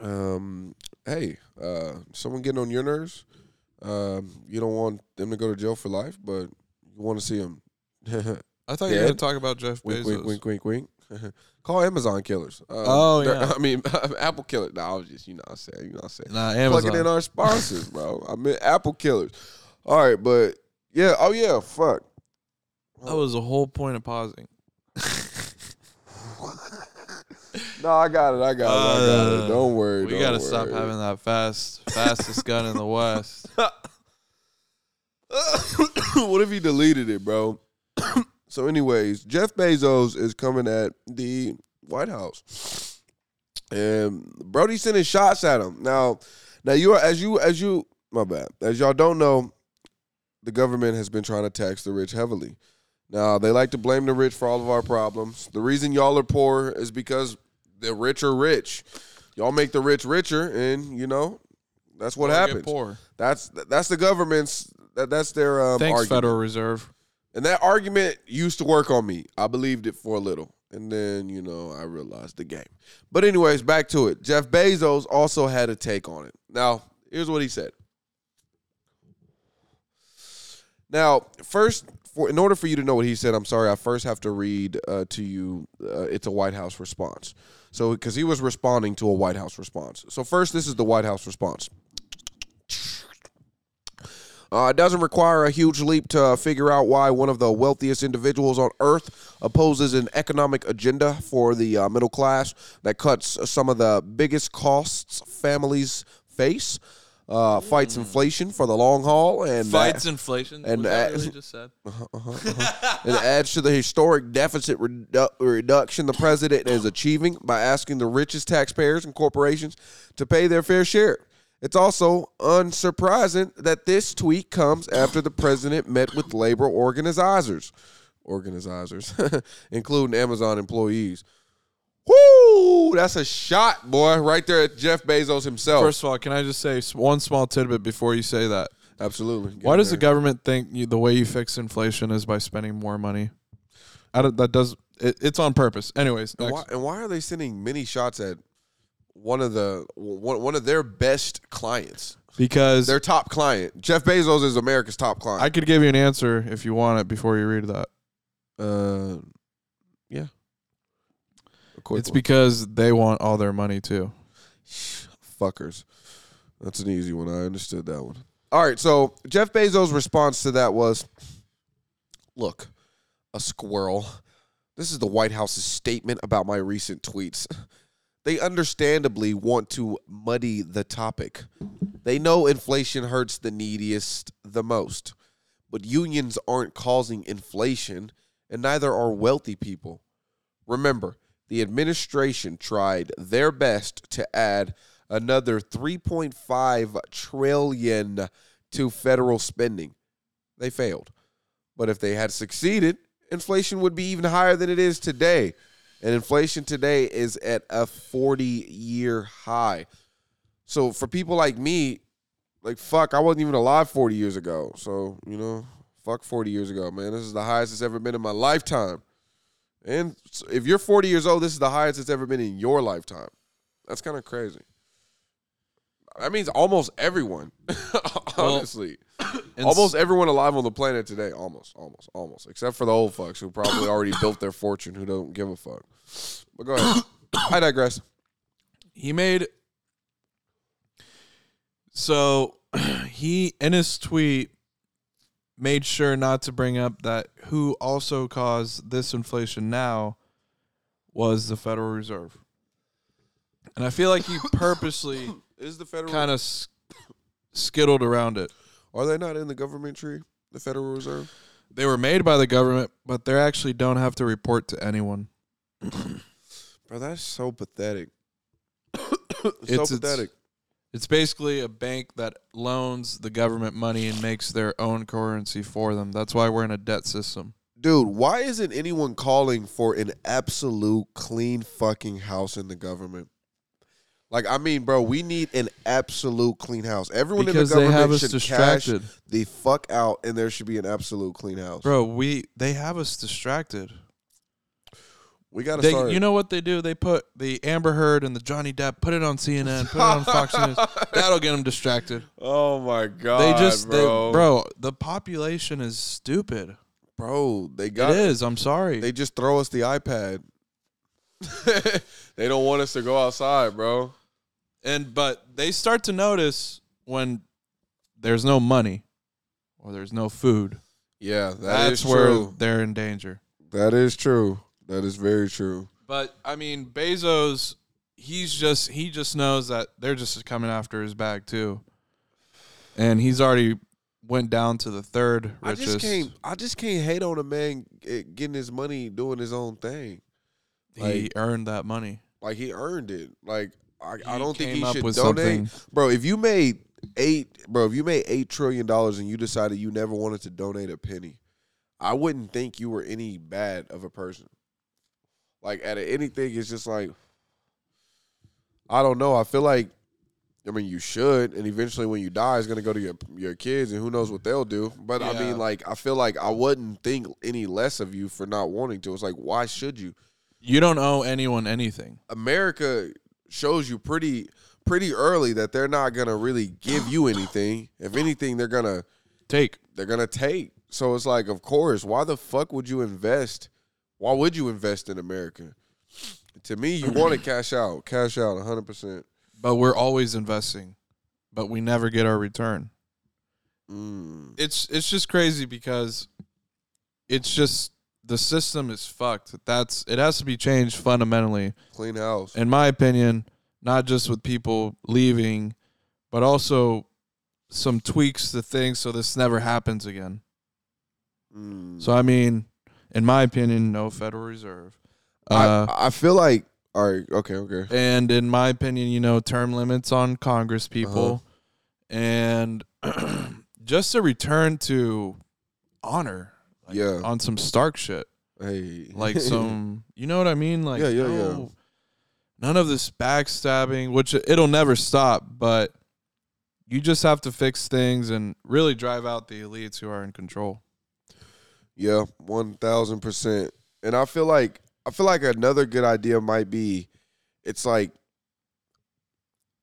Um, hey, uh, someone getting on your nerves. Um, you don't want them to go to jail for life, but you want to see them. I thought you were Dead? going to talk about Jeff Bezos. wink, wink, wink, wink, wink. Call Amazon killers. Um, Oh, they're- yeah. I mean, Apple killers. Nah, I was just, you know, what I'm saying, you know, what I'm saying. Nah, plugging in Amazon. our sponsors, bro. I mean, Apple killers. All right, but yeah, oh yeah, fuck. That was the whole point of pausing. No, I got it. I got it. I got Uh, it. Don't worry. We don't got to stop worry. having that fast, fastest gun in the West. what if he deleted it, bro? so, anyways, Jeff Bezos is coming at the White House, and Brody sending shots at him. Now, now you are as you as you my bad as y'all don't know, the government has been trying to tax the rich heavily. Now they like to blame the rich for all of our problems. The reason y'all are poor is because the rich are rich. Y'all make the rich richer, and you know that's what Or get happens. Poor. That's that's the government's. That, that's their um, Thanks, argument. Federal Reserve. And that argument used to work on me. I believed it for a little, and then you know I realized the game. But anyways, back to it. Jeff Bezos also had a take on it. Now here's what he said. Now first, for in order for you to know what he said, I'm sorry. I first have to read uh, to you. Uh, it's a White House response. So because he was responding to a White House response. So first, this is the White House response. Uh, it doesn't require a huge leap to uh, figure out why one of the wealthiest individuals on earth opposes an economic agenda for the uh, middle class that cuts some of the biggest costs families face, uh, fights inflation for the long haul, and Fights inflation. and And was that that- Oh. really just said. it adds to the historic deficit redu- reduction the president is achieving by asking the richest taxpayers and corporations to pay their fair share. It's also unsurprising that this tweet comes after the president met with labor organizers, organizers, including Amazon employees. Woo! That's a shot, boy, right there at Jeff Bezos himself. First of all, can I just say s- one small tidbit before you say that? Absolutely. Get Why in does the there. government think you, the way you fix inflation is by spending more money? I don't, that does it, it's on purpose. Anyways, And next. why, and why are they sending many shots at one of the one, one of their best clients? because Their top client. Jeff Bezos is America's top I client. could give you an answer if you want it before you read that. uh, yeah. Of course, It's because they want all their money too. fuckers. That's an easy one. I understood that one. All right. So Jeff Bezos' response to that was, "Look, a squirrel. This is the White House's statement about my recent tweets. They understandably want to muddy the topic. They know inflation hurts the neediest the most, but unions aren't causing inflation, and neither are wealthy people. Remember, the administration tried their best to add another 3.5 trillion to federal spending. They failed. But if they had succeeded, inflation would be even higher than it is today. And inflation today is at a 40-year high. So for people like me, like fuck, I wasn't even alive 40 years ago. So, you know, fuck 40 years ago, man. This is the highest it's ever been in my lifetime. And s- if you're 40 years old, this is the highest it's ever been in your lifetime. That's kind of crazy. That means almost everyone, honestly. And almost everyone alive on the planet today. Almost, almost, almost. Except for the old fucks who probably already built their fortune who don't give a fuck. But go ahead. I digress. he made so he in his tweet made sure not to bring up that who also caused this inflation now was the federal reserve and i feel like he purposely Is the federal kind of s- skittled around it Are they not in the government tree? The Federal Reserve? they were made by the government but they actually don't have to report to anyone Bro, that's so pathetic. so It's- it's- pathetic. it's basically a bank that loans the government money and makes their own currency for them that's why we're in a debt system Dude, why isn't anyone calling for an absolute clean fucking house in the government? Like, I mean, bro, we need an absolute clean house. Everyone because in the they government have us should distracted. cash the fuck out, and there should be an absolute clean house. Bro, we they have us distracted. We gotta They, start. you know what they do? They put the Amber Heard and the Johnny Depp, put it on CNN, put it on Fox News. That'll get them distracted. oh my god, They just, bro, They, bro, the population is stupid. bro, they It got is. I'm sorry. They just throw us the iPad. they don't want us to go outside, bro. and but they start to notice when there's no money or there's no food. Yeah, That's where they're in danger. That is true. That is very true. But I mean, Bezos, he's just he just knows that they're just coming after his bag too, and he's already went down to the third I just richest. can't. I just can't hate on a man eh, getting his money doing his own thing. he like- earned that money. Like he earned it. Like I, I He don't think came he up should with donate, something. bro. If you made eight, bro, if you made eight trillion dollars and you decided you never wanted to donate a penny, I wouldn't think you were any bad of a person. Like out of anything, it's just like I don't know. I feel like I mean you should, and eventually when you die, it's gonna go to your your kids, and who knows what they'll do. But I Yeah. mean, like I feel like I wouldn't think any less of you for not wanting to. It's like why should you? You don't owe anyone anything. America shows you pretty pretty early that they're not gonna really give you anything. If anything, they're gonna Take. they're gonna take. So it's like, of course, why the fuck would you invest? Why would you invest in America? To me, you want to cash out, cash out, hundred percent. But we're always investing, but we never get our return. Mm. it's it's just crazy because it's just the system is fucked. That's it has to be changed fundamentally, Clean house. in my opinion. Not just with people leaving, but also some tweaks to things so this never happens again. Mm. So I mean, in my opinion, no Federal Reserve, uh, I, I feel like all right, okay, okay. and in my opinion, you know, term limits on Congress people, Uh-huh. and just a return to honor. like, Yeah. on some Stark shit. Hey, like some you know what i mean like Yeah, yeah, yeah. no- none of this backstabbing which it'll never stop but you just have to fix things and really drive out the elites who are in control Yeah, one thousand percent. And I feel like I feel like another good idea might be, it's like,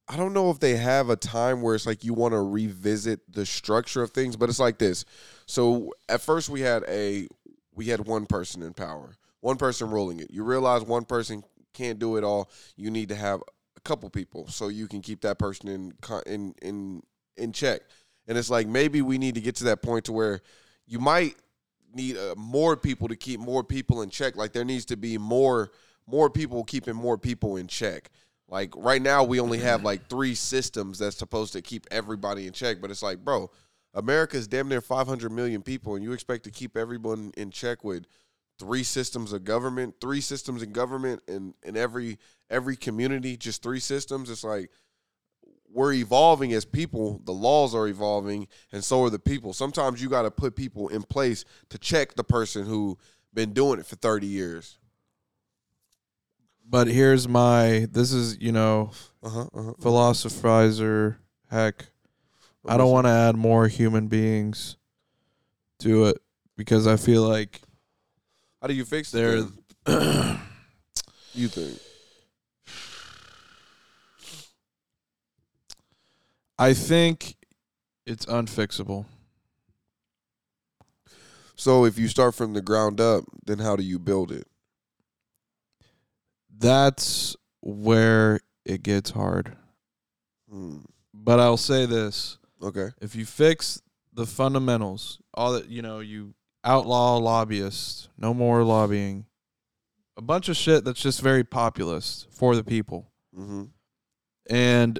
I don't know if they have a time where it's like you want to revisit the structure of things, but it's like this. So at first we had a we had one person in power, one person ruling it. You realize one person can't do it all. You need to have a couple people so you can keep that person in con- in in in check. And it's like maybe we need to get to that point to where you might need uh, more people to keep more people in check. Like there needs to be more more people keeping more people in check. Like right now we only have like three systems that's supposed to keep everybody in check, but it's like, bro, America's damn near 500 million people and you expect to keep everyone in check with three systems of government, three systems in government and in every every community just three systems. It's like we're evolving as people. The laws are evolving, and so are the people. Sometimes you got to put people in place to check the person who been doing it for thirty years. but here's my this is you know Uh huh. uh-huh. Uh huh. philosophizer heck i don't want to add more human beings to it because i feel like How do you fix they're that? You think? i think it's unfixable So if you start from the ground up, then how do you build it? that's where it gets hard. Hmm. But I'll say this: Okay. if you fix the fundamentals, all that you know, you outlaw lobbyists, no more lobbying, a bunch of shit that's just very populist for the people, Mm-hmm. and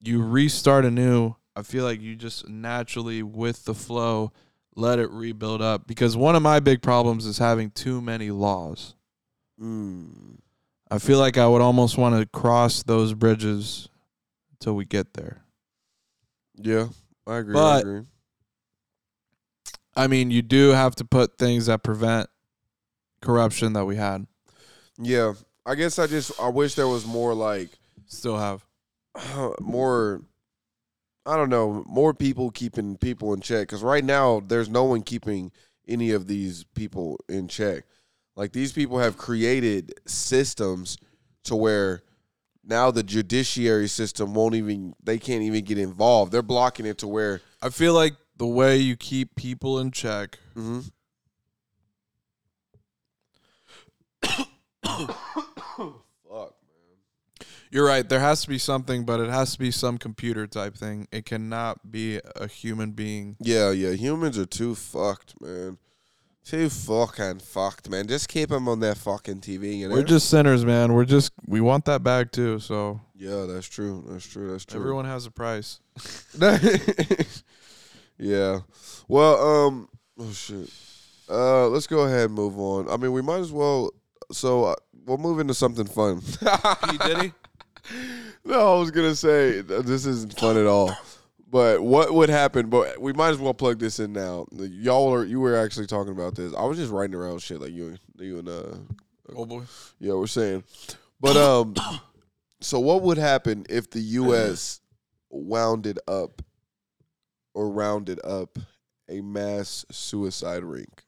you restart anew. I feel like you just naturally, with the flow, let it rebuild up. Because one of my big problems is having too many laws. Mm. I feel like I would almost want to cross those bridges until we get there. Yeah, I agree. I But- agree. I mean, you do have to put things that prevent corruption that we had, Yeah, I guess I just I wish there was more like still have. more I don't know, more people keeping people in check cuz right now there's no one keeping any of these people in check. Like these people have created systems to where now the judiciary system won't even they can't even get involved. They're blocking it to where I feel like the way you keep people in check Mhm. fuck, You're right. There has to be something, but it has to be some computer type thing. It cannot be a human being. Yeah, yeah. Humans are too fucked, man. Too fucking fucked, man. Just keep them on their fucking TV. You know? We're just sinners, man. We're just we want that bag too. So yeah, that's true. That's true. That's true. everyone has a price. yeah. Well, um, oh shit. Uh, let's go ahead and move on. I mean, we might as well. So uh, we'll move into something fun. P Diddy. no, I was gonna say th- this isn't fun at all. But what would happen? But we might as well plug this in now. The- Y'all are you were actually talking about this. I was just writing around shit like you and you and uh Oh boy. yeah we're saying. But um, so what would happen if the U.S. wounded up or rounded up a mass suicide rink?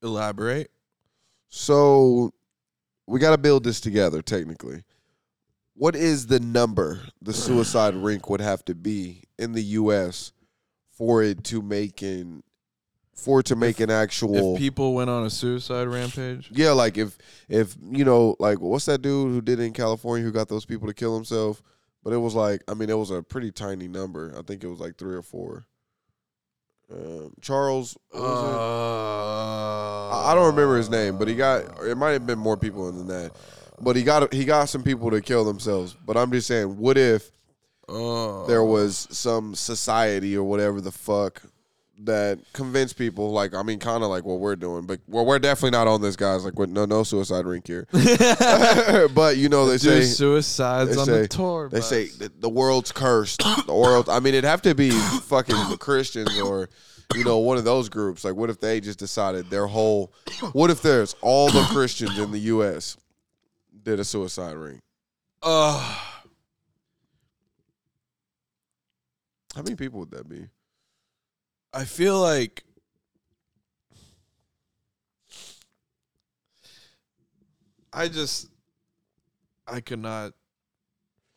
Elaborate. So we got to build this together technically. What is the number the suicide rink would have to be in the US for it to make an for it to make an actual If people went on a suicide rampage, Yeah, like if if you know like what's that dude who did it in California who got those people to kill himself? But it was like I mean it was a pretty tiny number. I think it was like 3 or 4. Um, Charles what was it? I I don't remember his name, but he got. or It might have been more people than that, but he got he got some people to kill themselves. But I'm just saying, what if Oh. there was some society or whatever the fuck that convinced people? Like, I mean, kind of like what we're doing, but well, we're definitely not on this, guys. Like, with no no suicide rink here. but you know, they do say suicides they on say- the tour. they bus. say that the world's cursed. The world. I mean, it'd have to be fucking Christians or you know one of those groups. Like, what if they just decided their whole? What if there's all the Christians in the U.S. did a suicide ring? Ugh. How many people would that be? I feel like I just I could not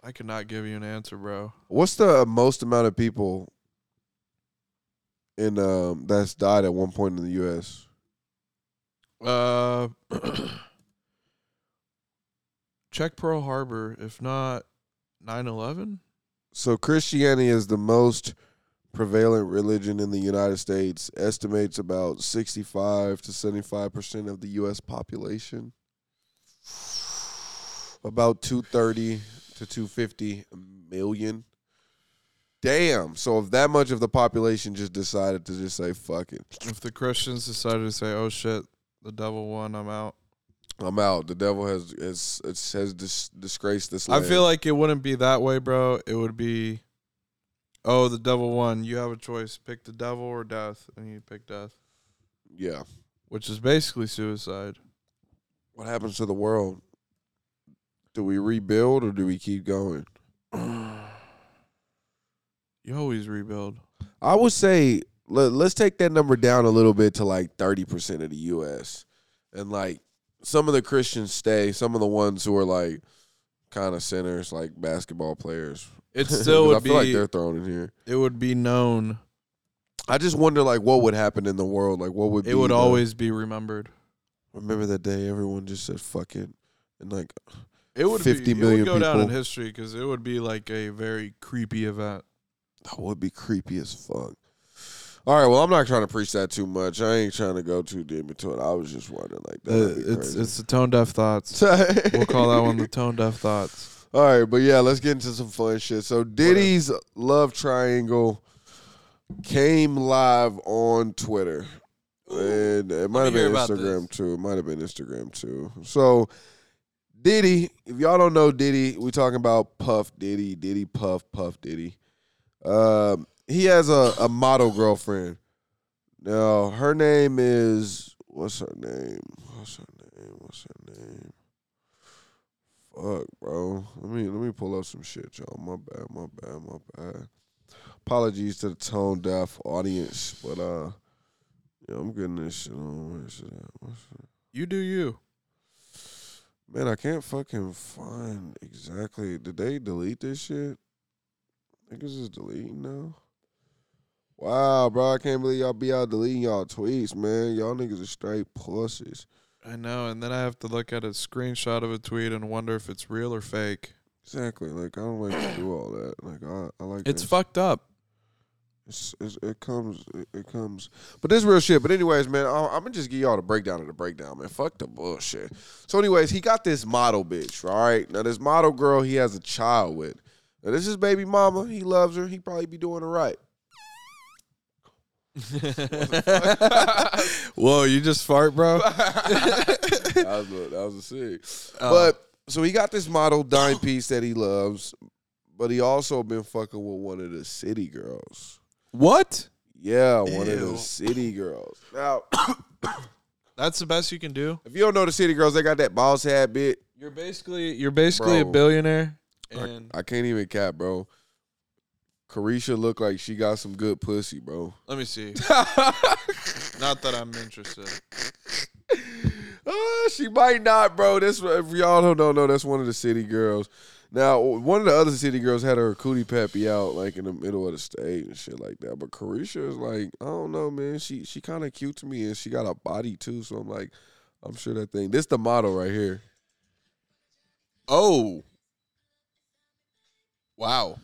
I could not give you an answer, bro. What's the most amount of people in um, that's died at one point in the U.S. Uh check Pearl Harbor, if not 9/11. So Christianity is the most prevalent religion in the United States. Estimates about 65 to 75 percent of the U.S. population. About 230 to 250 million. Damn. So if that much of the population just decided to just say fuck it, If the Christians decided to say, "Oh shit, the devil won, I'm out." I'm out. The devil has has has, has dis- disgraced this. I Land. feel like it wouldn't be that way, bro. It would be, oh, the devil won. You have a choice: pick the devil or death, and you pick death, yeah. which is basically suicide. What happens to the world? Do we rebuild or do we keep going? You always rebuild. I would say let, let's take that number down a little bit to like 30% of the US. And like some of the Christians stay, some of the ones who are like kind of sinners, like basketball players. It 'Cause still I would feel like be. they're thrown in here. it would be known. I just wonder like what would happen in the world. Like what would It be would the- always be remembered. remember that day everyone just said fuck it. And like It would 50 be, million It would go down in people. history because it would be like a very creepy event. That would be creepy as fuck. All right, well, I'm not trying to preach that too much. I ain't trying to go too deep into it. I was just wondering, like, that. would be Uh, it's crazy. it's the tone deaf thoughts. we'll call that one the tone deaf thoughts. All right, but yeah, let's get into some fun shit. So Diddy's love triangle came live on Twitter, and it might me have been hear about Instagram too. It might have been Instagram too. So Diddy, if y'all don't know Diddy, we talking about Puff Diddy, Diddy Puff, Puff Diddy. Um, he has a, a model girlfriend. Now her name is what's her name? What's her name? What's her name? Fuck, bro. Let me let me pull up some shit, y'all. My bad, my bad, my bad. Apologies to the tone deaf audience, but uh, Yeah, I'm getting this shit on. Where should I- where should I- You do you. Man, I can't fucking find exactly. Did they delete this shit? Niggas is deleting now. Wow, bro, I can't believe y'all be out deleting y'all tweets, man. Y'all niggas are straight pussies. I know, and then I have to look at a screenshot of a tweet and wonder if it's real or fake. Exactly. Like I don't like to do all that. Like I, I like It's that fucked up. It's, it's, it comes, it, it comes, but this real shit. But anyways, man, I, I'm gonna just give y'all the breakdown of the breakdown, man. Fuck the bullshit. So, anyways, he got this model bitch, all right. Now, this model girl, he has a child with. Now, this is baby mama. He loves her. He probably be doing it right. Whoa, you just fart, bro? That was a, that was a sick. Oh. But so he got this model dime piece that he loves, but he also been fucking with one of the city girls. what? Yeah, one of Ew. the city girls. Now, That's the best you can do. if you don't know the city girls, they got that boss hat bit. You're basically you're basically a Bro. billionaire. I, And I can't even cap, bro. Carisha looked like she got some good pussy, bro. let me see. Not that I'm interested. Ah, she might not, bro. This if y'all don't know, no, that's one of the city girls. Now, one of the other city girls had her cootie pappy out like in the middle of the stage and shit like that. But Carisha is like, I don't know, man. She she kind of cute to me, and she got a body too. So I'm like, I'm sure that thing. This the model right here. Oh. Wow.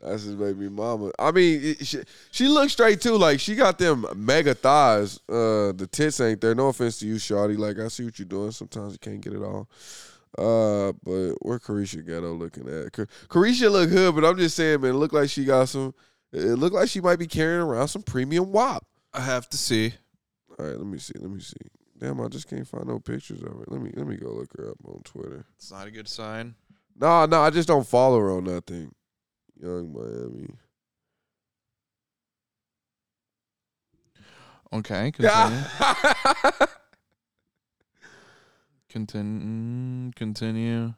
That's his baby mama. I mean, it, she, she looks straight too. Like she got them mega thighs. Uh, the tits ain't there. No offense to you, Shawty. Like I see what you're doing. Sometimes you can't get it all. Uh, but where Carisha Ghetto looking at? Car- Carisha look good, but I'm just saying, man, it look like she got some. It look like she might be carrying around some premium wop. I have to see. All right, let me see. Let me see. Damn, I just can't find no pictures of her. Let me let me go look her up on Twitter. It's not a good sign. No, nah, no, nah, I just don't follow her on nothing. Young Miami. Okay, continue. Yeah. continue. mm, Continue.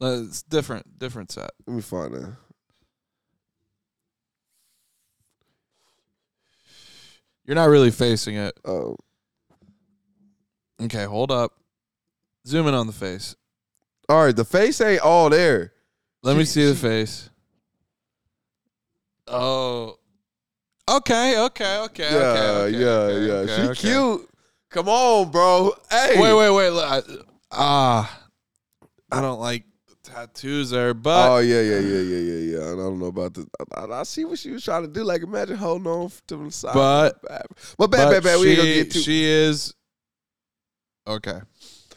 Uh, It's different, different set. Let me find that. You're not really facing it. Oh, Okay, hold up. Zoom in on the face. all right. The face ain't all there. Let me She- see the she- face. Oh. Okay, okay, okay, yeah, okay, okay. yeah, okay, yeah. okay, she okay. cute. Come on, bro. Hey, Wait, wait, wait. look, I- Ah. I don't like the tattoos there, but Oh yeah, yeah, yeah, yeah, yeah, yeah. I don't know about the. I, I- I see what she was trying to do. Like, imagine holding on to the side. But- but bad, bad, bad. We ain't gonna get too. She is okay.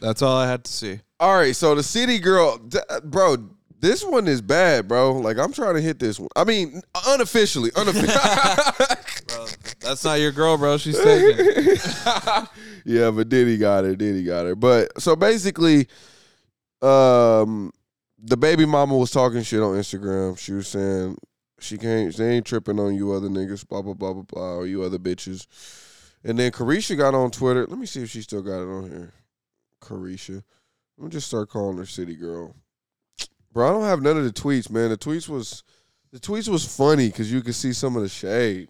That's all I had to see. all right, so the city girl, d- uh, bro. This one is bad, bro. Like, I'm trying to hit this one. I mean, unofficially, unofficially. That's not your girl, bro. She's taken. yeah, but Diddy got her. Diddy got her. But so basically, um, the baby mama was talking shit on Instagram. She was saying she can't. They ain't tripping on you other niggas. Blah blah blah blah blah. Or you other bitches. And then Carisha got on Twitter. Let me see if she still got it on here. Carisha. Let me just start calling her City Girl. Bro, I don't have none of the tweets, man. The tweets was the tweets was funny because you could see some of the shade.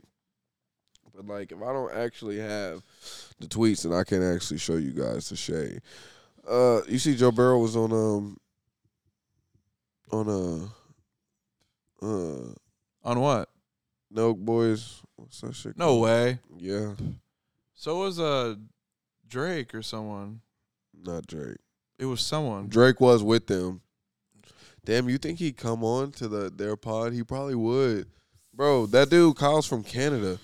But like, if I don't actually have the tweets, and I can actually show you guys the shade. Uh, you see, Joe Burrow was on um on uh uh On what? no boys. What's that shit? No way. called? Yeah, So was uh Drake or someone. not Drake. It was someone. Drake was with them. Damn, you think he'd come on to the their pod? He probably would. Bro, that dude Kyle's from Canada.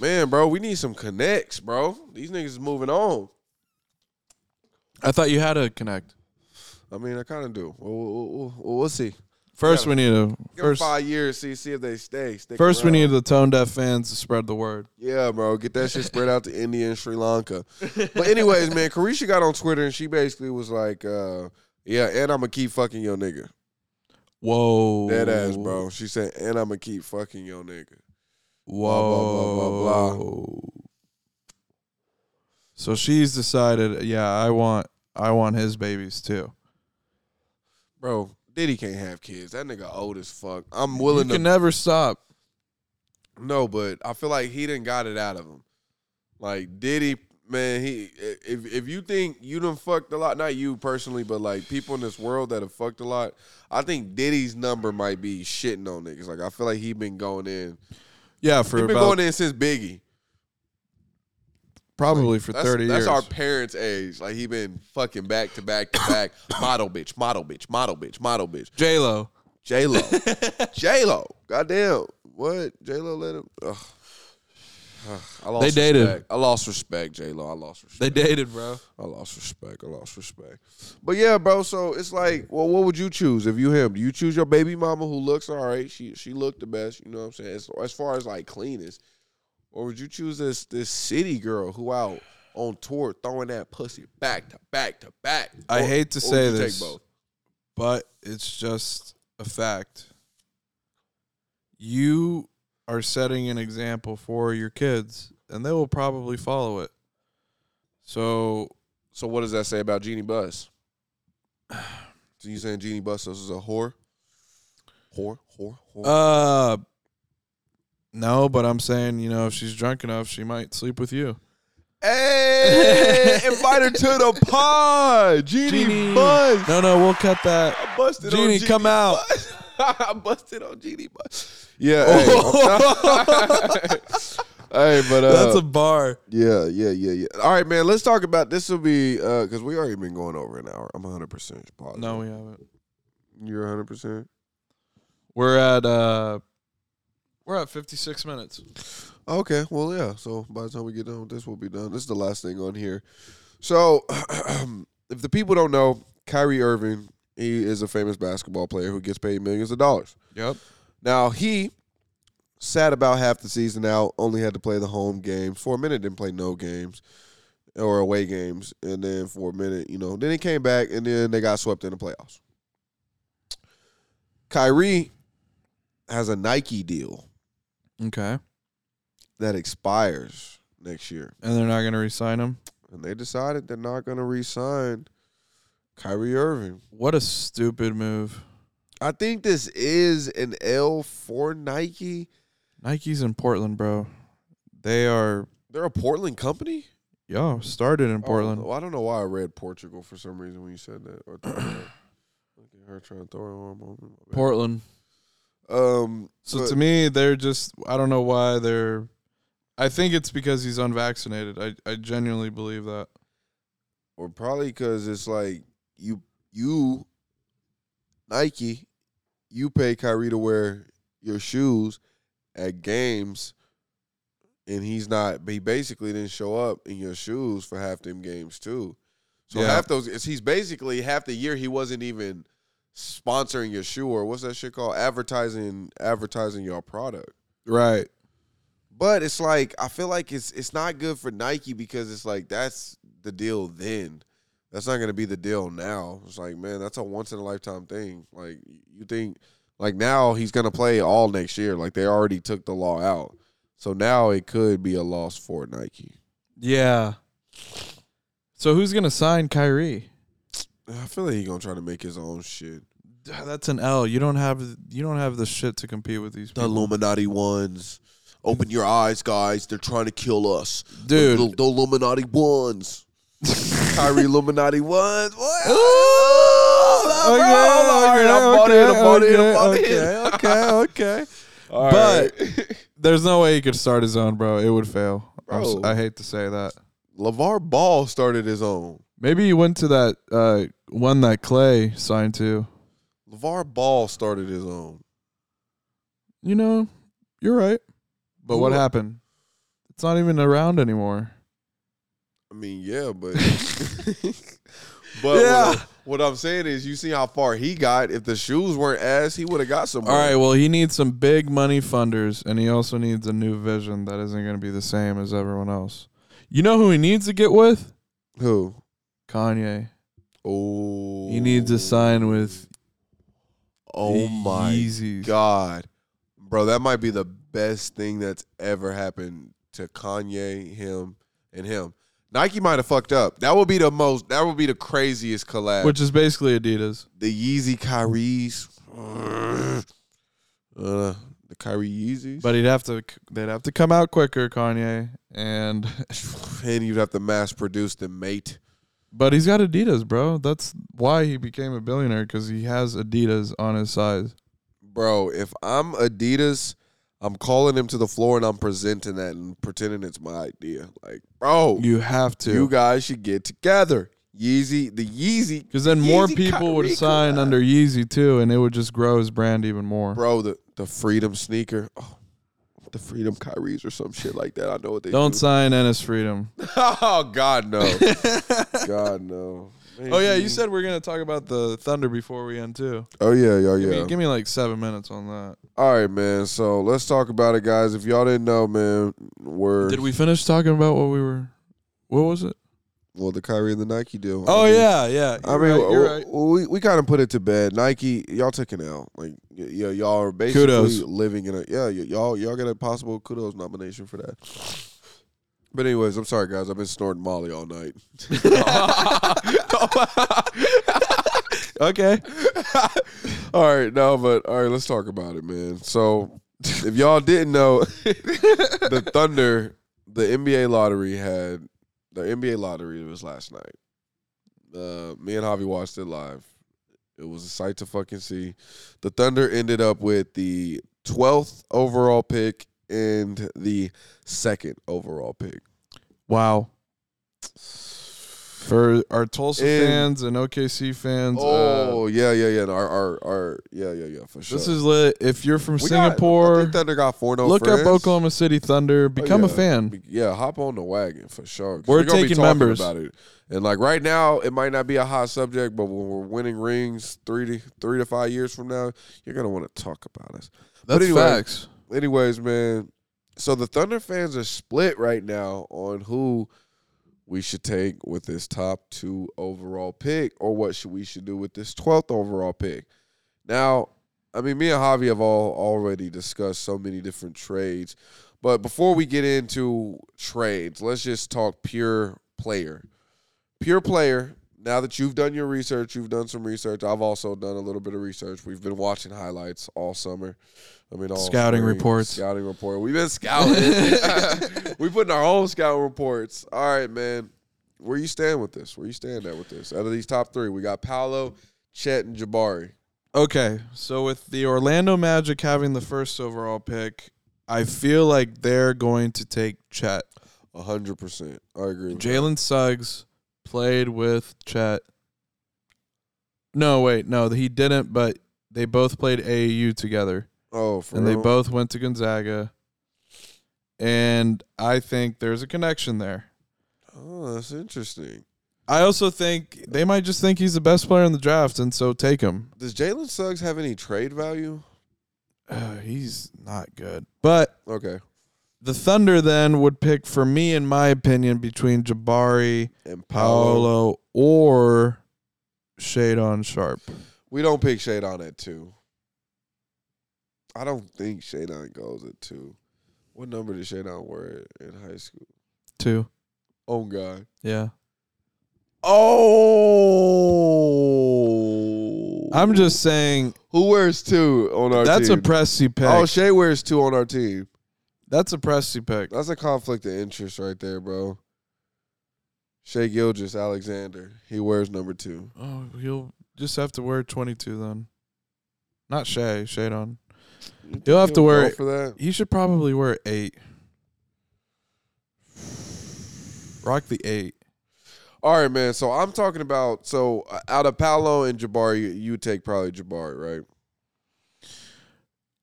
Man, bro, we need some connects, bro. These niggas is moving on. I thought you had to connect. I mean, I kind of do. We'll, we'll, we'll- we'll- we'll see. First, we need to Give 'em first. five years, see see if they stay. Stick First, we around. need the tone deaf fans to spread the word. Yeah, bro, get that shit spread out to India and Sri Lanka. But anyways, man, Carisha got on Twitter and she basically was like, uh, "Yeah, and I'm gonna keep fucking your nigga." Whoa, Dead ass, bro. She said, "And I'm gonna keep fucking your nigga." Whoa, blah, blah, blah, So she's decided. Yeah, I want, I want his babies too. Bro, Diddy can't have kids. That nigga old as fuck. I'm willing you to can never stop. no, but I feel like he didn't got it out of him. Like Diddy, man, he if if you think you done fucked a lot, not you personally, but like people in this world that have fucked a lot, I think Diddy's number might be shitting on niggas. Like I feel like he been going in, Yeah, for he been about- going in since Biggie. probably for That's, thirty that's years. our parents' age. Like he been fucking back to back to back. model bitch, model bitch, model bitch, model bitch. J Lo. J Lo, J Lo, goddamn, what J Lo let him? Ugh. Ugh, I lost They dated. Respect. I lost respect, J Lo. I lost respect. They dated, bro. I lost respect. I lost respect. But yeah, bro. So it's like, well, what would you choose if you him? Do you choose your baby mama who looks all right? She she looked the best. You know what I'm saying? As, as far as like cleanest, or would you choose this this city girl who out on tour throwing that pussy back to back to back? I Or- hate to or would say you take this. both? but it's just a fact. You are setting an example for your kids, and they will probably follow it. So So what does that say about Jeannie Buss? So you saying Jeannie Buss is a whore? Whore, whore, whore. Uh, no, but I'm saying, you know, if she's drunk enough, she might sleep with you. hey, invite her to the pod, Jeannie, Buss. No, no, we'll cut that. I busted on Jeannie, Jeannie come out. Buss. I busted on Jeannie Buss. Yeah. hey. Hey, but uh, That's a bar. yeah, yeah, yeah, yeah. All right, man. Let's talk about this. Will be because we already been going over an hour. I'm 100 percent positive. No, we haven't. you're 100 percent. We're at uh, we're at 56 minutes. Okay, well, yeah. So by the time we get done with this, we'll be done. This is the last thing on here. So, if the people don't know, Kyrie Irving, he is a famous basketball player who gets paid millions of dollars. Yep. Now he sat about half the season out, only had to play the home games for a minute, didn't play no games or away games, and then for a minute, you know, then he came back, and then they got swept in the playoffs. Kyrie has a Nike deal Okay. that expires next year. And they're not gonna re-sign him. and they decided they're not going to re-sign Kyrie Irving. What a stupid move. I think this is an L for Nike. Nike's in Portland, bro. They are. They're a Portland company. Yo, started in Portland. Oh, I don't know why I read Portugal for some reason when you said that. Or thought that. Look at her trying to throw her arm over. me. My bad. Portland. Um. So but- to me, they're just I don't know why they're I think it's because he's unvaccinated. I, I genuinely believe that. or probably because it's like you you Nike, you pay Kyrie to wear your shoes at games, and he's not. He basically didn't show up in your shoes for half them games too. So Yeah. half those, it's- he's basically half the year he wasn't even sponsoring your shoe or what's that shit called? Advertising, advertising your product. Right. But it's like I feel like it's it's not good for Nike because it's like that's the deal then. That's not gonna be the deal now. It's like, man, that's a once in a lifetime thing. Like you think like now he's gonna play all next year. Like they already took the law out. So now it could be a loss for Nike. Yeah. So who's gonna sign Kyrie? I feel like he's gonna try to make his own shit. D- That's an L. You don't have you don't have the shit to compete with these The people. Illuminati ones. Open your eyes, guys. They're trying to kill us. Dude. The, the, the Illuminati ones. Kyrie Illuminati ones. What? Okay, okay, okay, okay, okay. But- There's no way he could start his own, bro. It would fail. I'm s- Bro. I hate to say that. LeVar Ball started his own. Maybe he went to that uh, one that Clay signed to. LeVar Ball started his own. You know, you're right. But what Who- happened? It's not even around anymore. I mean, yeah, but but Yeah. what, I- what I'm saying is, you see how far he got. If the shoes weren't ass, he would have got some. All right, well, he needs some big money funders, and he also needs a new vision that isn't going to be the same as everyone else. You know who he needs to get with? who? Kanye. Oh, He needs to sign with Oh my Yeezys. God, bro, that might be the best thing that's ever happened to Kanye, him, and him. Nike might have fucked up. That would be the most. That would be the craziest collab. Which is basically Adidas. the Yeezy Kyries, uh, the Kyrie Yeezys. But he'd have to they'd have to come out quicker, Kanye. And and you'd have to mass produce them, mate. but he's got Adidas, bro. That's why he became a billionaire cuz he has Adidas on his size. Bro, if I'm Adidas, I'm calling him to the floor and I'm presenting that and pretending it's my idea. Like, bro, You have to. you guys should get together. Yeezy, the Yeezy Because then more Yeezy people would Kyrie sign collab. under Yeezy too, and it would just grow his brand even more. bro, the, the Freedom sneaker. Oh, the Freedom Kyries or some shit like that. I know what they Don't do. sign Ennis Freedom. oh God no, God no. Oh yeah, you said we are gonna talk about the Thunder before we end too. Oh yeah, yeah, Give, yeah. me, give me like seven minutes on that. All right, man. So let's talk about it, guys. If y'all didn't know, man, we're Did we finish talking about what we were? What was it? well the Kyrie and the Nike deal. Oh I mean, yeah, yeah. I mean, w- w- we we kind of put it to bed. Nike, y'all took an L. Like, y- y- y'all are basically Kudos. living in a yeah. Y- y'all y'all get a possible kudos nomination for that. But anyways, I'm sorry guys. I've been snorting Molly all night. okay. all right, no, but all right, let's talk about it, man. So, if y'all didn't know, the Thunder, the NBA lottery had the NBA lottery was last night. Uh, me and Javi watched it live. It was a sight to fucking see. The Thunder ended up with the 12th overall pick and the second overall pick. Wow. For our Tulsa And- fans and OKC fans, uh, Oh yeah, yeah, yeah. No, Our, our, our, yeah, yeah, yeah. For sure. this is lit. If you're from We got- I think Singapore, Thunder got four. No look friends. up Oklahoma City Thunder. Become Oh, yeah. a fan. Yeah, hop on the wagon for sure. 'Cause We're gonna be taking talking members. about it, and like right now, it might not be a hot subject, but when we're winning rings three to three to five years from now, you're gonna want to talk about us. That's anyway, facts. Anyways, man, so the Thunder fans are split right now on who we should take with this top two overall pick, or what should we should do with this twelfth overall pick. Now, I mean, me and Javi have all already discussed so many different trades, but before we get into trades, let's just talk pure player. Pure player. Now that you've done your research, you've done some research. I've also done a little bit of research. We've been watching highlights all summer. I mean, all Scouting spring, reports. Scouting report. We've been scouting. Oh, we put in our own scouting reports. All right, man. Where you stand with this? Where you stand at with this? Out of these top three, we got Paolo, Chet, and Jabari. Okay, so with the Orlando Magic having the first overall pick, I feel like they're going to take Chet. A hundred percent. I agree. With Jalen Suggs played with Chet. No, wait, no, he didn't, but they both played AAU together. that. Oh, for and real? they both went to Gonzaga. And I think there's a connection there. Oh, that's interesting. I also think they might just think he's the best player in the draft, and so take him. Does Jalen Suggs have any trade value? Uh, he's not good. But Okay, The Thunder then would pick, for me, in my opinion, between Jabari, and Paolo. Paolo, or Shadon Sharp. We don't pick Shadon at two. I don't think Shadon goes at two. What number did Shadon wear in high school? Two. Oh God. Yeah. Oh. I'm just saying Who wears two on our that's a team? pressy pick. Oh, Shay wears two on our team. that's a pressy pick. That's a conflict of interest right there, bro. Shea Gilgis Alexander. He wears number two. Oh, he'll just have to wear 22 then. Not Shay, Shadon. He'll have to He'll wear go it. for that. He should probably wear eight. Rock the eight. All right, man. So I'm talking about so uh, out of Paolo and Jabari, you, you take probably Jabari, right?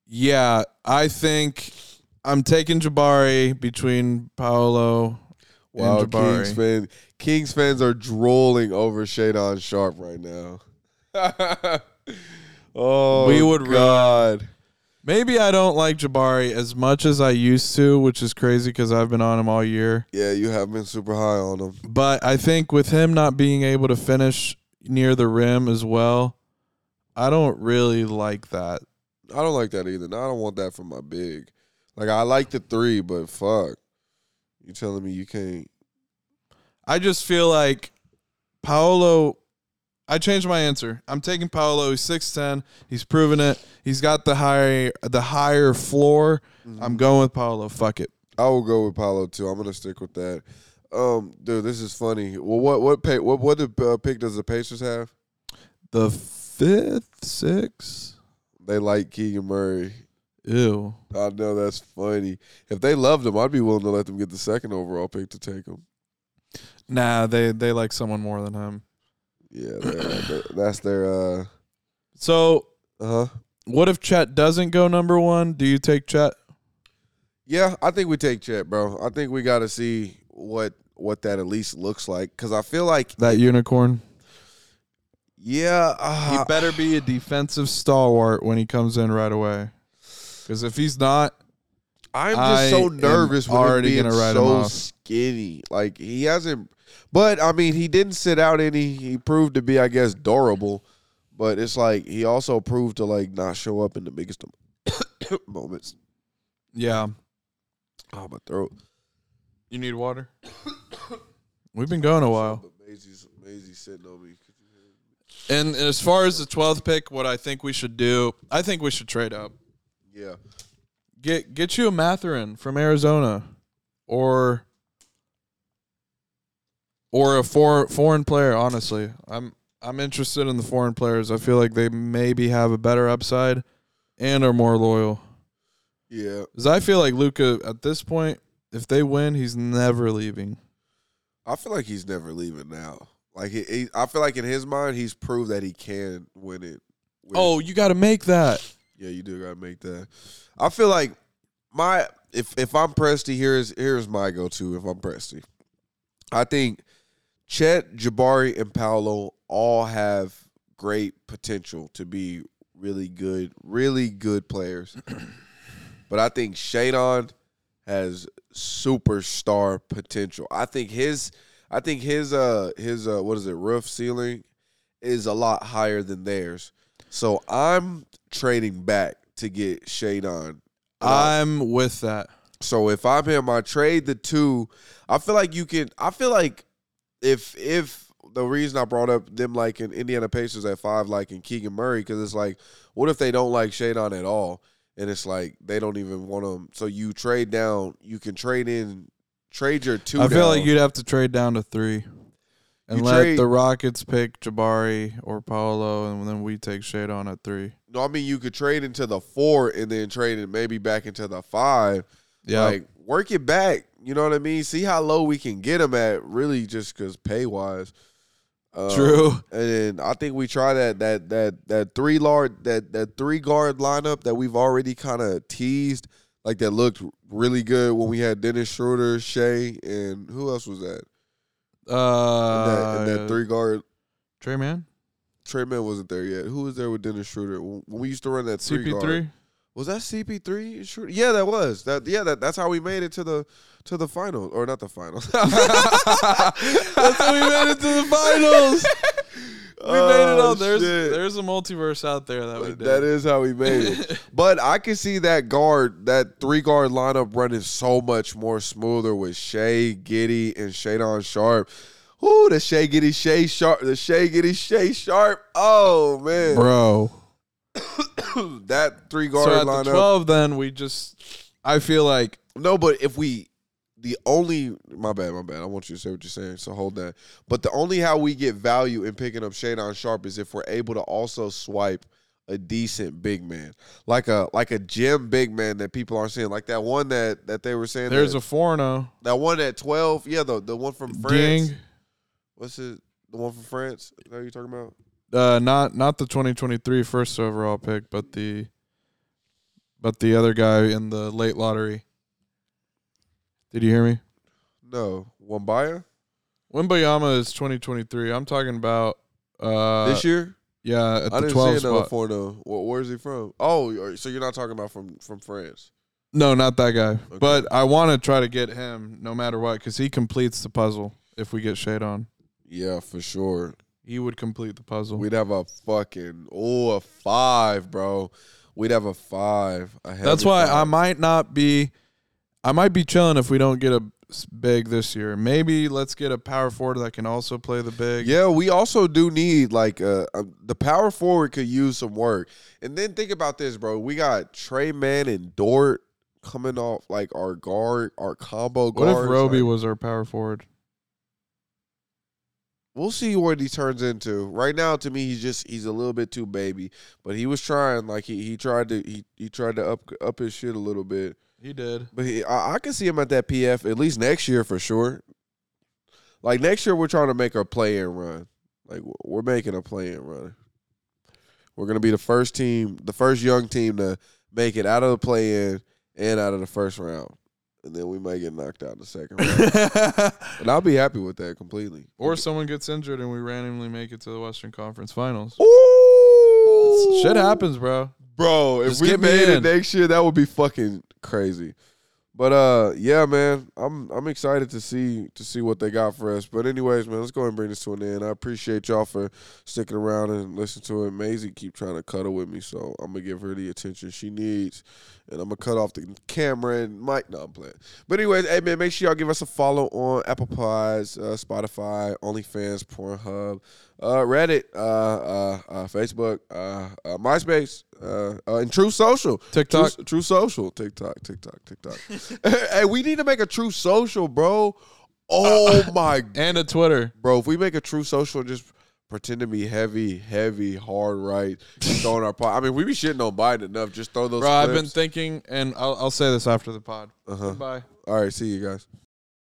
Yeah, I think I'm taking Jabari between Paolo and Wow, Jabari. Kings fan, Kings fans are drooling over Shadon Sharp right now. oh, We would God. Maybe I don't like Jabari as much as I used to, which is crazy because I've been on him all year. Yeah, you have been super high on him. But I think with him not being able to finish near the rim as well, I don't really like that. I don't like that either. No, I don't want that from my big. Like I like the three, but fuck, you telling me you can't? I just feel like Paolo. I changed my answer. I'm taking Paolo. He's six ten. He's proven it. He's got the higher the higher floor. I'm going with Paolo. Fuck it. I will go with Paolo too. I'm gonna stick with that. Um, dude, this is funny. Well, what what pay, what what did, uh, pick does the Pacers have? The fifth, sixth. They like Keegan Murray. Ew. I know that's funny. If they loved him, I'd be willing to let them get the second overall pick to take him. Nah, they they like someone more than him. Yeah, they- that- that's their uh uh-huh. So huh. what if Chet doesn't go number one? Do you take Chet? Yeah, I think we take Chet, bro. I think we got to see what what that at least looks like because I feel like That unicorn. yeah, He uh, better be a defensive stalwart when he comes in right away. Because if he's not, I'm just I so am nervous with him already being gonna write him so off. skinny. Like he hasn't, but I mean, he didn't sit out any. He proved to be, I guess, durable. But it's like he also proved to like not show up in the biggest of moments. yeah, Oh, my throat. you need water. We've been going a while. But Maisie's, Maisie's sitting on me. And as far as the 12th pick, what I think we should do, I think we should trade up. Yeah, Get get you a Matherin from Arizona, or or a for, foreign player. Honestly, I'm I'm interested in the foreign players. I feel like they maybe have a better upside and are more loyal. yeah. Because I feel like Luca at this point, if they win, he's never leaving. I feel like he's never leaving now. Like he, he I feel like in his mind, he's proved that he can win it. Win it. Oh, you got to make that. Yeah, you do gotta make that. I feel like my if if I'm Presty, here's here's my go to if I'm Presty. I think Chet, Jabari, and Paolo all have great potential to be really good, really good players. but I think Shadon has superstar potential. I think his I think his uh his uh what is it, roof ceiling is a lot higher than theirs. So I'm trading back to get Shadon. I'm with that. So if I'm him, I trade the two. I feel like you can. I feel like if if the reason I brought up them like in Indiana Pacers at five, like in Keegan Murray, because it's like, what if they don't like Shadon at all, and it's like they don't even want him. So you trade down. You can trade in, trade your two. I feel down. like you'd have to trade down to three, and You let trade- the Rockets pick Jabari or Paolo, and then we take Shadon at three. No, I mean you could trade into the four and then trade it maybe back into the five. Yeah, Like work it back. You know what I mean? See how low we can get them at. Really, just because pay wise. Uh, true. And then I think we try that that that that three guard that that three guard lineup that we've already kind of teased. Like that looked really good when we had Dennis Schroeder, Shea, and who else was that? In Uh, that, in that three guard. Trey Man, Trey Man wasn't there yet. Who was there with Dennis Schroeder when when we used to run that three CP guard? three. Was that CP three? Sure. Yeah, that was that. Yeah, that, that's how we made it to the to the final, or not the final. that's how we made it to the finals. We made it all. There's Oh, shit. there's a multiverse out there that we did. that is how we made it. but I can see that guard, that three guard lineup running so much more smoother with Shea Giddy and Shadon Sharp. Ooh, the Shea Giddy Shea Sharp, the Shea Giddy Shea Sharp. Oh man, bro. that three guard So at lineup. the twelve, then we just. I feel like No, but if we the only my bad, my bad. I want you to say what you're saying, so hold that. But the only how we get value in picking up Shadon Sharp is if we're able to also swipe a decent big man. Like a like a gym big man that people aren't seeing. Like that one that that they were saying there's that, a Forno. that one at twelve. Yeah, the the one from France. Ding. What's it the one from France? Is that what you talking about? Uh, not not the 2023 first overall pick, but the but the other guy in the late lottery. Did you hear me? No. Wambaya? Wimbayama is 2023. I'm talking about uh this year? yeah at I the didn't 12 see another spot. four though. Where, where's he from? Oh, you're- so you're not talking about from from France. No, not that guy. Okay. But I want to try to get him no matter what because he completes the puzzle. If we get shade on, Yeah, for sure. he would complete the puzzle. We'd have a fucking oh a five, bro. We'd have a five. A heavy That's why I five. might not be. I might be chilling if we don't get a s- big this year. Maybe let's get a power forward that can also play the big. Yeah, we also do need like uh, uh, the power forward could use some work. And then think about this, bro. We got Trey Man and Dort coming off like our guard, our combo What guards. if Roby Like, was our power forward? we'll see what he turns into. Right now, to me, he's just he's a little bit too baby, but he was trying. Like he he tried to he he tried to up up his shit a little bit. He did. But he, I, I can see him at that PF at least next year for sure. Like next year, we're trying to make a play and run. Like w- we're making a play and run. We're gonna be the first team, the first young team to make it out of the play in and out of the first round, and then we might get knocked out in the second round. and I'll be happy with that completely. or someone gets injured and we randomly make it to the Western Conference Finals. Ooh, Shit happens, bro. bro. If Just we get me made it in. next year, that would be fucking crazy. But uh, yeah, man, I'm I'm excited to see to see what they got for us. But anyways, man, let's go ahead and bring this to an end. I appreciate y'all for sticking around and listening to it. Maisie keep trying to cuddle with me, so I'm gonna give her the attention she needs, and I'm gonna cut off the camera and mic. No, I'm playing. But anyways, hey man, make sure y'all give us a follow on Apple Pies, uh, Spotify, OnlyFans, Pornhub, uh, Reddit, uh, uh, uh, Facebook, uh, uh, MySpace, uh, uh, and True Social. TikTok. True, True social, TikTok, TikTok, TikTok. hey, we need to make a true social, bro. Oh Uh, my, g- And a Twitter. bro! If we make a true social and just pretend to be heavy, heavy, hard right, just throwing our pot. I mean, we be shitting on Biden enough. Just throw those. Bro, I've been clips. thinking, and I'll, I'll say this after the pod. Uh-huh. Bye. All right, see you guys.